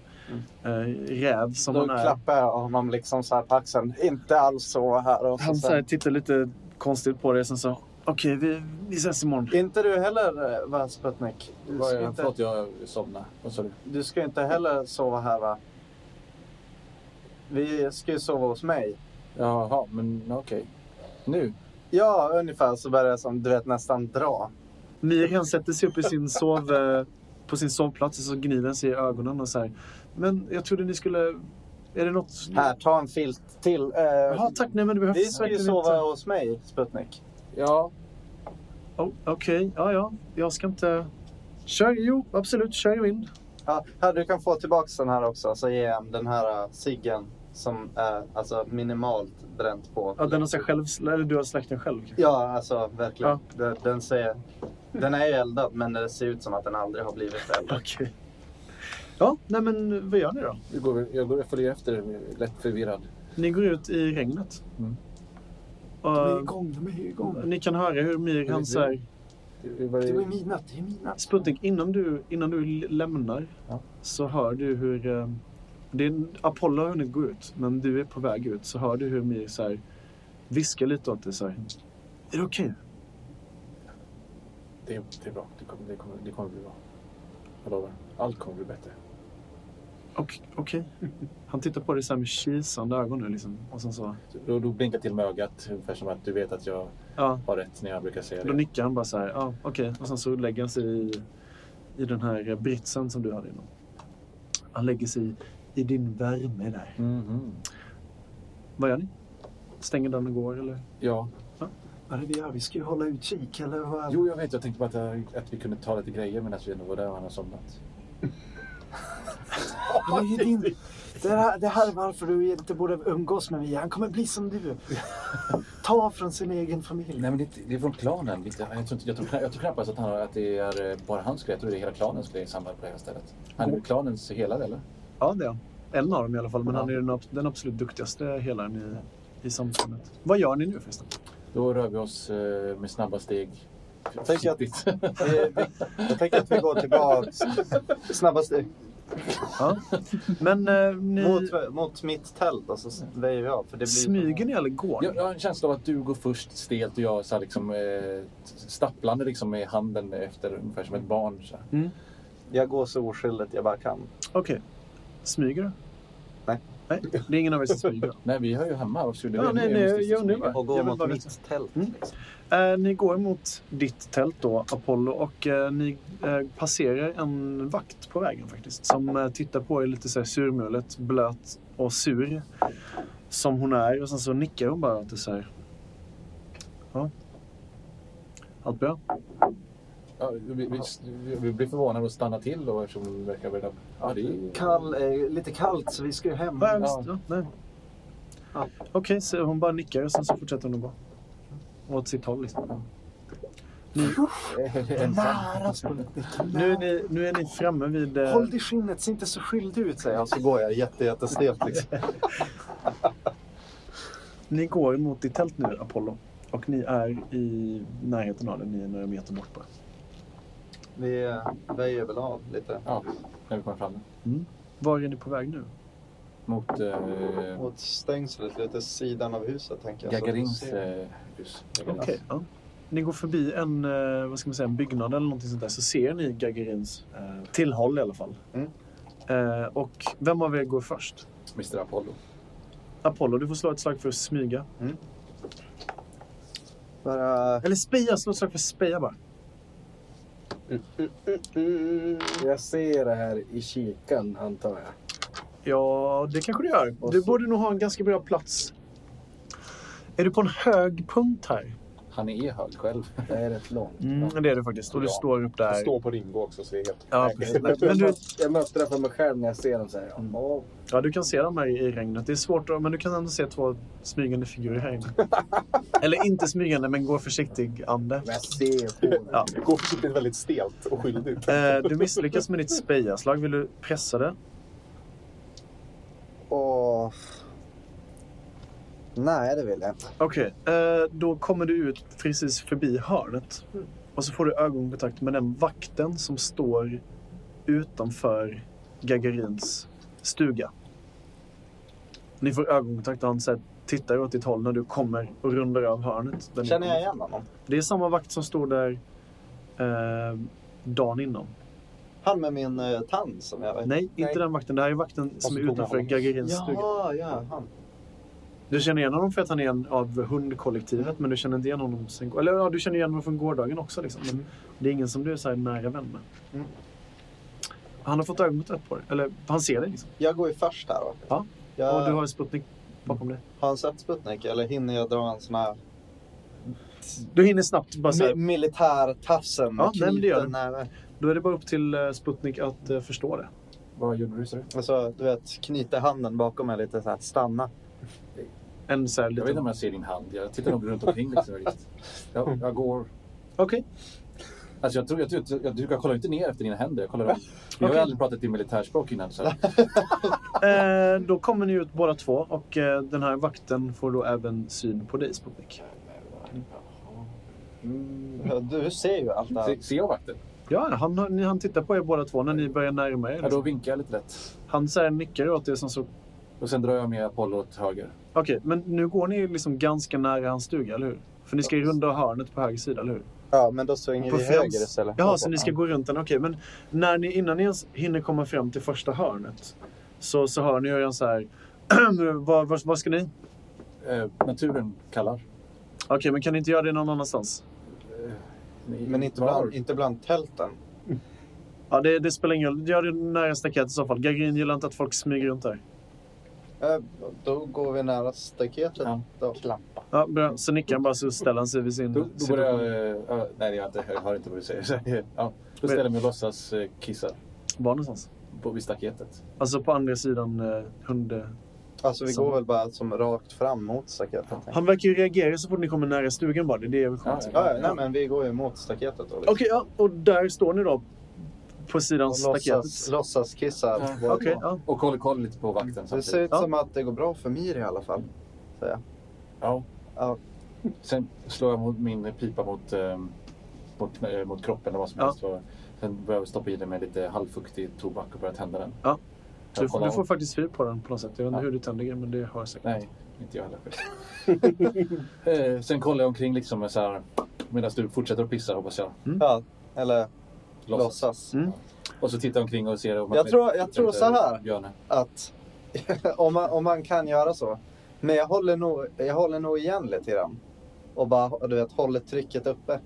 Eh, Räv som
Mm. då
han är.
klappar jag honom liksom så här på axeln. Inte alls sova här. Och så
Han så här,
sen,
tittar lite konstigt på dig och sen så, okej vi, vi ses imorgon.
inte du heller eh, va Sputnik? Du
Vad är
ska,
det?
inte,
Förlåt, jag somnade. Vad sa du?
du ska inte heller sova här va? Vi ska ju sova hos mig.
Jaha, men okej. Nu?
Ja, ungefär så börjar jag som du vet nästan dra.
Mir han sätter sig upp i sin sov, eh, på sin sovplats och så gnider han sig i ögonen och så här. Men jag trodde ni skulle... Är det något...
Här, ta en filt till. Eh,
Jaha, tack. Nej, men det behövs
Vi ska ju
verkligen
sova
inte.
hos mig Sputnik.
Ja,
Oh, Okej, ja, ja. Jag ska inte... Kör, jo, absolut. Kör ju in.
Ja, här, du kan få tillbaka den här också. Så ger jag den här uh, ciggen som är alltså, minimalt bränt på.
Ja, den har sig själv... Eller du har släckt den själv. kanske.
Ja, alltså verkligen. Den, den, ser, den är ju eldad, men det ser ut som att den aldrig har blivit eldad.
Okej. Ja, nej men vad gör ni då?
jag går, jag går jag följer efter dig, lätt förvirrad.
Ni går ut i regnet.
Mm.
Och,
De är igång, de är igång.
ni kan höra hur Mir han så här...
Det var-
Det är midnatt, det är midnatt.
Sputnik, innan du, innan du l- lämnar
Ja.
så hör du hur... eh, Det är, Apollo har hunnit gå ut, men du är på väg ut. Så hör du hur Mir så här, viskar lite åt dig. Så här, är det okej?
Det, är- det är bra. Det kommer, det, kommer, det kommer bli bra. Jag lovar. Allt kommer bli bättre.
Ok-
(laughs)
Okej. Han tittar på dig så här med kisande ögon nu. Liksom. Och sen så,
Då, då blinkar till med ögat, ungefär som att du vet att jag
ja,
har rätt när jag brukar säga
då
det.
nickar han bara så här. Ja, okej. Och sen så lägger han sig i, i den här eh, britsen som du hade innan. Han lägger sig i, i din värme där.
Mhm.
Vad gör ni? Stänger den och går eller?
Ja.
Vad är det vi gör? Vi ska ju hålla utkik, eller vad?
Jo, jag vet. Jag tänkte bara att, jag- att vi kunde ta lite grejer medan vi ändå var där och han har somnat.
det, är ju (laughs) din... det, här, det här är varför du inte borde umgås med mig. Han kommer bli som (laughs) du. Ta från sin egen familj.
Nej, men det, det är från klanen. Det, jag, tror inte, jag, tror, knappt- jag tror knappast att, han, har- att det är eh, bara hans grej. Jag tror det är hela klanens grej samlad på det här stället. Han är
Mm.
väl klanens helare, eller?
Ja, det är han. En av dem i alla fall, men
Ja.
han är den, abs- den absolut duktigaste helaren i, i samfundet. Vad gör ni nu förresten?
Då rör vi oss eh, med snabba steg.
tänker att-
Försiktigt.
Eh, vi, jag tänker att vi går tillbaka snabbast
Ja. Men eh, ni
mot, mot mitt tält och så väjer vi av. För det blir
smyger ni eller går ni?
Jag, jag har en känsla av att du går först stelt och jag så här liksom, eh, stapplande liksom med handen efter ungefär som ett barn. Så här.
Jag går så oskyldigt jag bara kan.
Okej. Smyger du?
Nej.
Nej, det är ingen av er som smyger.
Nej, vi hör ju hemma. Varför
(laughs)
skulle
Ja,
vi-
nej,
vi
nej,
måste
jag undrar
smyga.
Och går
Jag vill
mot
bara
mitt tält.
Mm.
Liksom.
Eh, ni går mot ditt tält då, Apollo, och eh, ni eh, passerar en vakt på vägen faktiskt. Som eh, tittar på er lite så här surmulet, blöt och sur. Som hon är. Och sen så nickar hon bara åt det så här. Ja. Allt bra?
Ja, vi, vi, vi, vi blir förvånade och stannar till då eftersom vi verkar väldigt... Ja, det är...
Kall, eh, lite kallt, så vi ska ju hem.
Ja, visst. Ja, nej. Okej, så hon bara nickar och sen så fortsätter hon att gå. Åt sitt håll liksom. (laughs)
Ensam.
Nära Sputnik.
Nu är ni, nu är ni framme vid... eh,
Håll dig i skinnet, se inte så skyldig ut, säger
Ja,
jag.
så går jag jätte, jättestelt. Liksom.
Ni går mot ditt tält nu, Apollo. Och ni är i närheten av det. Ni är några meter bort bara.
Vi eh, väjer väl av lite
Ja, när vi kommer fram
Var är ni på väg nu?
mot eh,
mot stängslet, lite sidan av huset tänker jag. så att vi
Gagarins
ser.
eh, hus.
Okej. Alltså, Ja. Ni går förbi en, eh, vad ska man säga, en byggnad eller någonting sånt där så ser ni Gagarins eh, tillhåll i alla fall.
Mm.
Eh, och vem av er går först?
Mr Apollo.
Apollo, du får slå ett slag för att smyga.
Bara...
Eller speja, slå ett slag för speja bara.
Jag ser det här i kikan antar jag.
Ja, det kanske du gör.
Och
Du
så-
borde nog ha en ganska bra plats. Är du på en hög punkt här?
Han är hög själv.
Jag är rätt lång.
Mm, det är du faktiskt. Och du
Ja.
står upp där.
Jag står på Ringo också så det är helt...
Ja, precis.
Jag,
Men du,
jag möter det för mig själv när jag ser dem så här.
Mm.
Ja,
ja, du kan se dem här i regnet. Det är svårt, att- men du kan ändå se två smygande figurer här
(laughs)
inne. Eller inte smygande, men gå försiktig ande.
men jag ser på dem.
Ja.
Det går försiktigt väldigt stelt och skyldigt.
Eh, du misslyckas med ditt spejaslag. Vill du pressa det?
Åh.
Nej, det vill jag inte.
Okej, eh, då kommer du ut precis förbi hörnet. Och så får du ögonkontakt med den vakten som står utanför Gagarins stuga. Ni får ögonkontakt och han så här tittar åt ditt håll när du kommer och rundar av hörnet. där ni
Känner jag
kommer.
igen honom?
Det är samma vakt som stod där eh, dagen innan.
Han med min eh, tand som jag vet.
Nej, inte den vakten. Det här är vakten som
som
är
tog
utanför
honom.
Gagarins stuga.
Jaha, ja, han.
Du känner igen honom för att han är en av hundkollektivet, men du känner inte igen honom sen... Eller ja, du känner igen honom från gårdagen också. Liksom. Men det är ingen som du är så här nära vän med.
Mm.
Han har fått ögonkontakt på dig. Eller han ser dig liksom.
Jag går ju först här va?
Ja.
Jag,
Och du har Sputnik bakom dig.
Har han sett Sputnik eller hinner jag dra en sån här
Du hinner snabbt bara så här.
mi- militärtassen?
Ja, nej, men det gör
knyten nära-
Då är det bara upp till eh, Sputnik att eh, förstå det.
Vad gjorde du sa du?
Alltså, du vet, knyter handen bakom mig lite så här, stanna.
En så här
Jag vet inte
liten...
om jag ser din hand. Jag tittar nog runt omkring. Liksom. faktiskt. Jag, jag går...
Okej.
Alltså jag, tror, jag, tror, jag, jag, jag kollar inte ner efter dina händer. Jag kollar upp. Vi har ju
Okej.
aldrig pratat i militärspråk innan. Så
(laughs)
här.
Eh, då kommer ni ut båda två och eh, den här vakten får då även syn på dig Sputnik. Mm.
Ja, Du ser ju allt det här.
Se, ser jag vakten?
Ja, han, har- ni- han tittar på er båda två när ni börjar närma er.
Ja,
Liksom.
då vinkar jag lite lätt.
Han så här nickar åt er som så
Och sen drar jag med Apollo åt höger.
Okej, men nu går ni liksom ganska nära hans stuga, eller hur? För ni ska ju runda hörnet på höger sida, eller hur?
Ja, men då svänger
På
vi
främst-
höger istället.
Jaha, så ni ska gå runt den. Okej, men när ni, innan ni ens hinner komma fram till första hörnet så, så hör ni hur han så här... (clears throat) vad, vad, vad ska ni?
Eh, naturen kallar.
Okej, men kan ni inte göra det någon annanstans?
Men inte bland, inte bland tälten.
Ja, det, det spelar ingen roll. Gör det nära staketet i så fall. Gagarin gillar inte att folk smyger runt där.
Eh, Då går vi nära staketet.
Ja.
Då.
Ja, bra. Så nickar han bara så ställer han sig vid sin...
Då, då börjar jag... eh, eh, nej, det gör jag inte. Jag hör inte vad du säger. (laughs) ja, då ställer jag mig och låtsas eh, kissa
Var någonstans?
på, vid staketet.
Alltså på andra sidan eh, hund...
Alltså vi
Som-
går väl bara som rakt fram mot staketet. tänker jag.
Han verkar ju reagera så fort ni kommer nära stugan bara. Det är det jag vill komma
Ja,
till.
Ja, ja, nej, men vi går ju mot staketet. Då, liksom.
Okej, ja, och där står ni då på sidan
Och låtsas,
staketet.
låtsas kissa.
Ja.
båda
Okej,
två.
ja.
Och kollar koll lite på vakten
Det ser
samtidigt.
ut
Ja.
som att det går bra för Mir i alla fall.
Ja.
Ja.
Sen slår jag mot min pipa mot, eh, mot, eh, mot kroppen eller vad som
Ja.
helst. Och Sen börjar jag stoppa i den med lite halvfuktig tobak och börjar tända den.
Ja.
Jag
Du, får-
kollar
du får
om-
faktiskt fyr på den på något sätt. Jag vet inte
Ja.
hur du tänder grejen, men det har jag säkert.
Nej, inte jag heller. eh, sen kollar jag omkring liksom med så här, medan du fortsätter att pissa hoppas jag.
Ja, eller
Låtsas.
låtsas.
Och så tittar jag omkring och ser om
Jag tror, jag tror så här
Björne.
att (laughs) om, man, om man kan göra så. Men jag håller nog, jag håller nog igen lite grann. Och bara du vet, håller trycket uppe.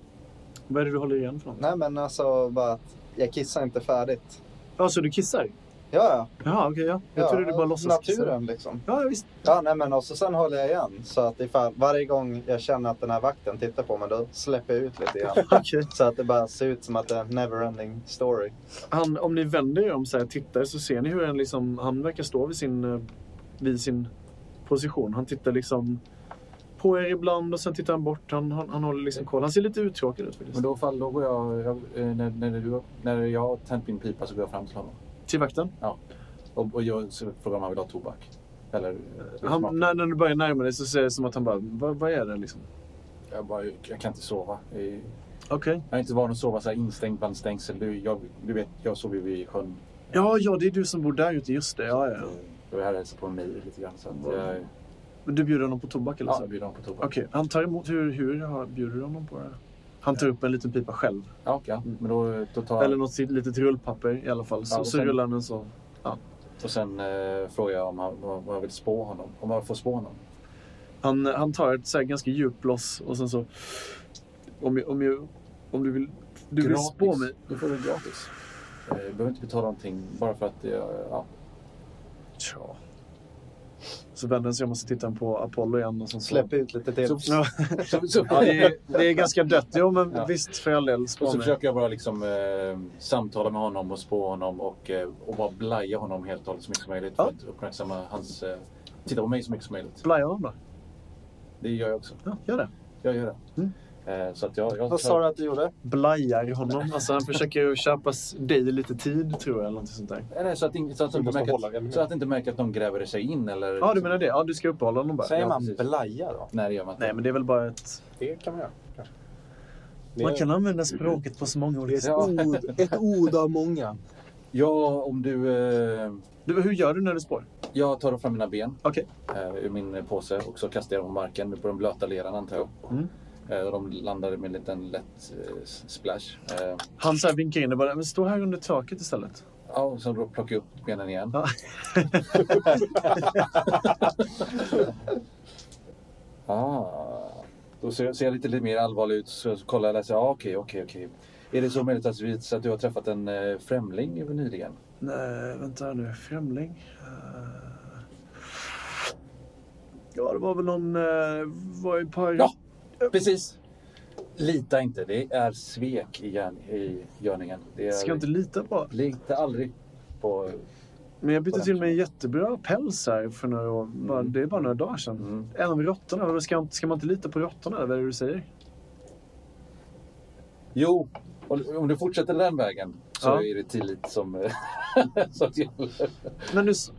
Vad är det du håller igen för något?
Nej men alltså bara att jag kissar inte färdigt.
Ja, så du kissar?
Ja, ja.
Jaha, okej, ja. Jag
ja,
trodde du bara låtsas kissa.
Naturen liksom.
Ja,
(laughs)
visst.
Ja, nej men och så sen håller jag igen. Så att ifall, varje gång jag känner att den här vakten tittar på mig då släpper jag ut
(laughs)
lite grann.
Okej.
Så att det bara ser ut som att det är en neverending story.
Han, om ni vänder er om så här, tittar så ser ni hur han, liksom, han verkar stå vid sin, eh, vid sin position. Han tittar liksom på er ibland och sen tittar han bort. Han, han, han håller liksom koll. Han ser lite uttråkad ut faktiskt.
Men då, fall, då går jag, jag eh, när, när, du, när jag har tänt min pipa så går jag fram till honom.
Till vakten.
Och, och jag så frågar om han vill ha tobak. Eller, eh,
Han, när, när du börjar närma dig så ser det som att han bara, vad, vad är det liksom?
jag, bara, jag kan inte sova. Jag
Okej.
jag är inte van att sova så här instängd bland stängsel. Du, jag, du vet, jag sov ju vid sjön.
Ja, ja, det är du som bor där ute, just det. Ja, ja. ja.
Jag var här och hälsade på mig lite grann. Så att jag,
Men Du bjuder honom på tobak eller
ja,
så?
jag bjuder honom på tobak.
Okej, han tar emot. Hur, hur har- bjuder du honom på det? Han tar upp en liten pipa själv.
Ja, okej. Men då, då tar
Eller något sitt- litet rullpapper i alla fall. Så,
Ja, och
så
sen-
rullar han en så.
Och sen eh, frågar jag om, han, om jag vill spå honom. Om jag får spå honom.
Han, han tar ett så här ganska djupt loss och sen så... Om, jag, om, jag, om du vill... Du vill spå mig.
Då får du gratis. Eh, Jag behöver inte betala någonting bara för att jag... Ja.
Tja. Så vänder han sig om och så tittar han på Apollo igen. Och sen så...
Släpp ut lite till.
Ja,
Så, så,
ja, det, är, det är ganska dött. Jo, men
Ja.
visst, för all del.
och
Spå
så
mig.
försöker jag bara liksom, eh, samtala med honom och spå honom och, eh, och bara blaja honom helt och hållet så mycket som möjligt
Ja.
för att uppmärksamma hans... Eh, titta på mig så mycket som möjligt.
Blaja honom då.
Det gör jag också.
Ja, gör det.
Jag gör det. Eh, så att jag... jag
Vad sa du att du gjorde?
Blajar honom. Alltså, han försöker köpa s- dig lite tid, tror jag. Eller någonting sånt där.
Eh, Nej, nej, så att, ing- så att,
Du
inte
måste
märker
hålla den.
att, så att inte märker att de gräver sig in eller...
Ja, du menar det? Ja, du ska uppehålla honom bara.
Säger
ja,
man
precis.
blaja då?
Nej, det gör man inte.
Nej, men det är väl bara ett...
Det kan man göra. kanske. Det
Man
är-
kan använda språket på så många olika sätt.
Ja.
Ord, ett ord av många.
Ja, om du... Eh,
Du, Hur gör du när du spår?
jag tar då fram mina ben
Okej.
eh, ur min påse och så kastar jag dem på marken på den blöta leran antar jag.
Mm.
Eh, och de landade med en liten lätt eh, s- splash. Eh,
Han så här vinkar in och bara, men stå här under taket istället.
ja, och sen då plockar jag upp benen igen.
Ja.
(laughs) ah. Då ser, ser jag lite, lite mer allvarlig ut så så kollar jag och läser. Ja, okej, okej, okej. Är det så möjligt att, vi, att du har träffat en eh, främling nyligen?
Nej, vänta här nu. Främling. Eh. Ja, det var väl någon... eh, var ju ett par...
Ja. Precis. Lita inte. Det är svek i, gärn, i görningen. Det är,
Ska jag inte lita på.
Lita aldrig på...
Men jag
På
bytte
den
till mig en jättebra päls här för några år. Bara,
Mm.
Det är bara några dagar sedan.
Mm.
En av råttorna. Men Ska, ska man inte lita på råttorna? Vad är det du säger?
Jo, och om du fortsätter den vägen så
Ja.
är det tillit som, (laughs) som gäller.
Men nu... s-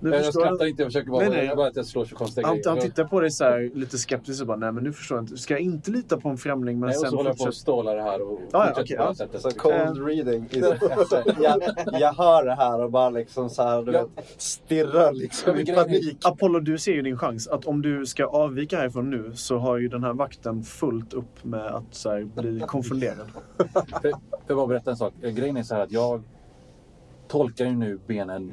nu
Jag,
förstår
skrattar inte. Jag försöker bara,
Nej, nej,
jag... bara att jag slår så konstiga
Han, han
grejer.
tittar på dig så här, lite skeptiskt och bara, nej men nu förstår jag inte. Ska jag inte lita på en främling men
Nej, och
sen
så håller jag på och
fortsätter...
stålar det här och
ja,
fortsätter
okej,
på det här
ja.
sättet.
Så cold reading. is- jag, jag hör det här och bara liksom så här, du
Ja.
vet, stirrar
Ja,
liksom
men
i
grejen är-
panik.
Apollo, du ser ju din chans att om du ska avvika härifrån nu så har ju den här vakten fullt upp med att så här, bli konfunderad.
Får jag bara berätta en sak? Eh, Grejen är så här att jag tolkar ju nu benen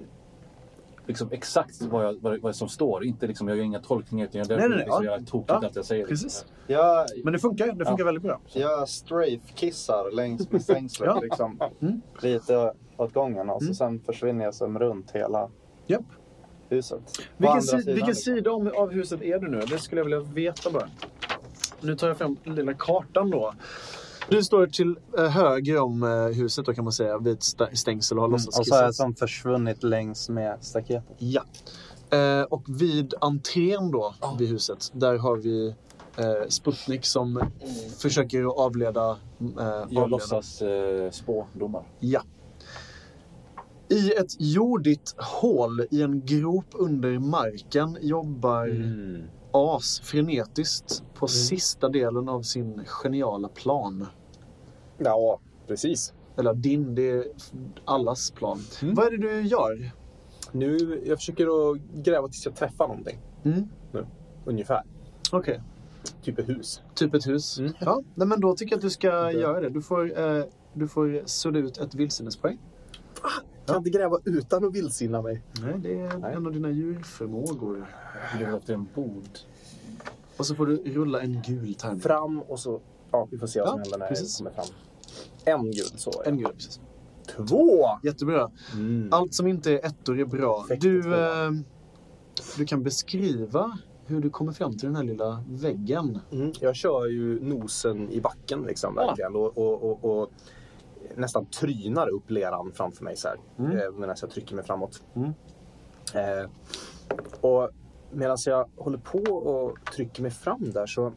liksom exakt vad, jag, vad, vad som står. Inte liksom, jag gör inga tolkningar utan jag
Nej, nej, nej.
liksom,
Ja.
jag är tokigt
Ja,
att jag säger
Precis.
Jag,
Men det funkar, det funkar väldigt bra.
jag strafe-kissar längs med stängslet
Ja.
liksom.
Mm.
Lite åt gången och så
Mm.
sen försvinner jag som runt hela
Japp.
huset. På
Vilken,
andra
si,
sidan,
vilken
liksom.
sida om, av huset är du nu? Det skulle jag vilja veta bara. Nu tar jag fram den lilla kartan då. Du står till eh, höger om eh, huset då kan man säga, vid ett stä- stängsel och har
Mm, och så har jag
skissat.
som försvunnit längs med staketet.
Ja. Eh, och vid entrén då, vid huset, där har vi eh, Sputnik som försöker avleda... Eh,
Jag
avleda.
låtsas eh, spådomar.
Ja. I ett jordigt hål i en grop under marken jobbar
Mm.
As frenetiskt på sista delen av sin geniala plan.
Ja, precis.
Eller din, det är allas plan.
Mm.
Vad är det du gör?
Nu, jag försöker att gräva tills jag träffar någonting.
Mm.
Ungefär.
Okej.
Typ ett hus.
Typ ett hus.
Mm.
Ja, nej, men då tycker jag att du ska göra det. Du får, eh, du får sudda ut ett vildsinnespoäng.
Kan inte gräva utan att villsinna mig.
Nej, det är en av dina djurförmågor.
Det är efter en bod.
Och så får du rulla en gul tärning.
Fram och så... Ja, vi får se vad som
Ja,
händer när
precis.
jag kommer fram. En gul så. ja.
En gul, precis.
Två! Mm.
Jättebra. Allt som inte är ettor är bra.
Perfekt,
Du,
tror
eh, du kan beskriva hur du kommer fram till den här lilla väggen.
Mm, jag kör ju nosen i backen liksom,
Ja.
verkligen. Och, och, och, och nästan trynar upp leran framför mig så här.
Mm.
eh, Medan jag trycker mig framåt.
Mm.
Eh, och medan jag håller på och trycker mig fram där så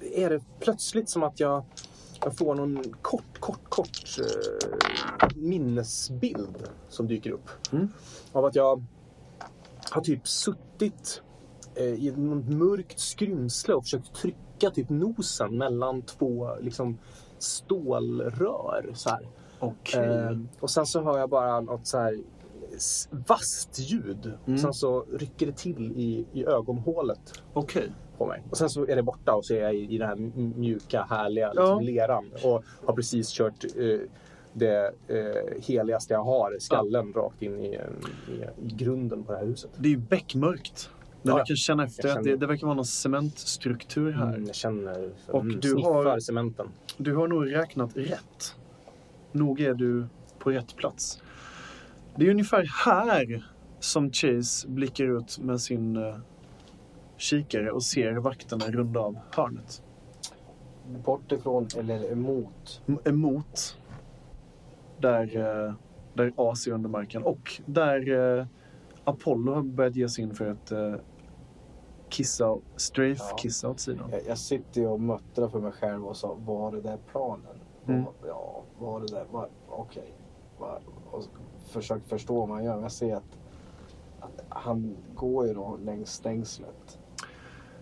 är det plötsligt som att jag, jag får någon kort, kort, kort eh, minnesbild som dyker upp.
Mm.
Av att jag har typ suttit eh, i ett mörkt skrymsle och försökt trycka typ nosen mellan två liksom, stålrör. Så här. Eh, och sen så hör jag bara något så här s- vasst ljud.
Mm.
Sen så rycker det till i, i ögonhålet
Okej.
på mig. Och sen så är det borta och så är jag i, i den här m- mjuka, härliga liksom, leran och har precis kört eh, det eh, heligaste jag har, skallen, rakt in i, eh, i, i grunden på det här huset.
Det är ju bäckmörkt. Men
Ja,
jag kan känna efter
jag
att
känner-
det, det verkar vara någon cementstruktur här.
Mm, jag känner,
Och
mm,
du
sniffar
har-
cementen.
Du har nog räknat rätt. Nog är du på rätt plats. Det är ungefär här som Chase blickar ut med sin eh, kikare och ser vakterna runda av hörnet.
Bort ifrån eller emot.
M- Emot där, eh, där As är under marken och där eh, Apollo har börjat ge sig in för att eh, kissa, strafe-kissa åt sidan.
Jag, jag sitter ju och muttrar för mig själv och sa, var det där planen?
Mm.
Var- Ja, var det där? Var, okej. Var, och försökt förstå vad han gör. Men jag ser att, att han går ju då längs stängslet.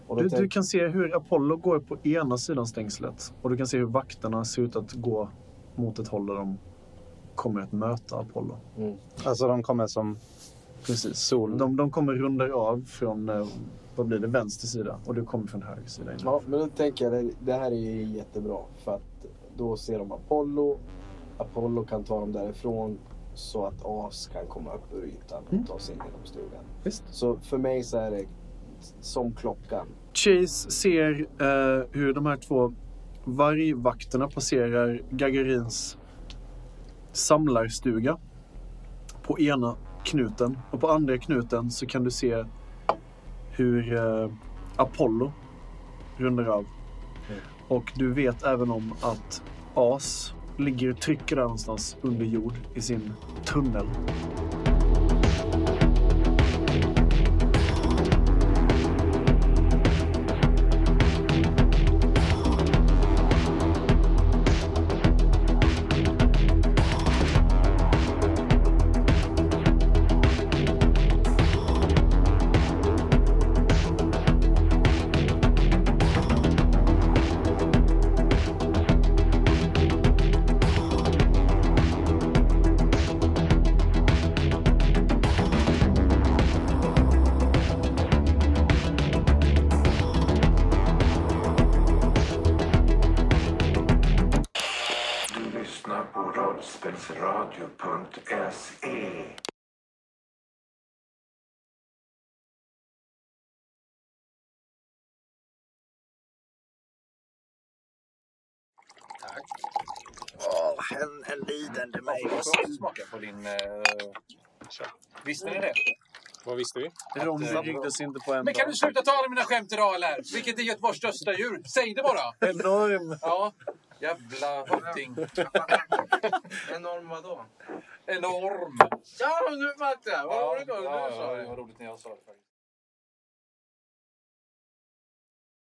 Och då
Du,
tänker-
du kan se hur Apollo går på ena sidan stängslet och du kan se hur vakterna ser ut att gå mot ett håll där de kommer att möta Apollo.
Mm.
Alltså de kommer som
Precis.
sol.
De, de kommer runda av från, eh, vad blir det, vänster sida och du kommer från höger sida. in.
Ja, men då tänker jag det, det här är ju jättebra för att då ser de Apollo. Apollo kan ta dem därifrån så att As kan komma upp ur ytan och ta sig in genom stugan.
Visst.
Så för mig så är det som klockan.
Chase ser eh, hur de här två vargvakterna passerar Gagarins samlarstuga på ena knuten och på andra knuten så kan du se hur eh, Apollo rundar av.
Mm.
Och du vet även om att As ligger och trycker där någonstans under jord i sin tunnel.
Du lyssnar på rollspelsradio.se
Smaka på din... eh, Visste ni det?
Vad visste vi?
Romsa byggdes eh, inte på en
Men kan du sluta ta alla mina skämt idag eller? Vilket är Göteborgs största djur? Säg det bara!
Enorm!
Ja. Jävla hotting.
Enorm vadå?
Enorm.
Ja, nu fattar jag!
Ja, ja, ja, det var roligt när jag sa det faktiskt.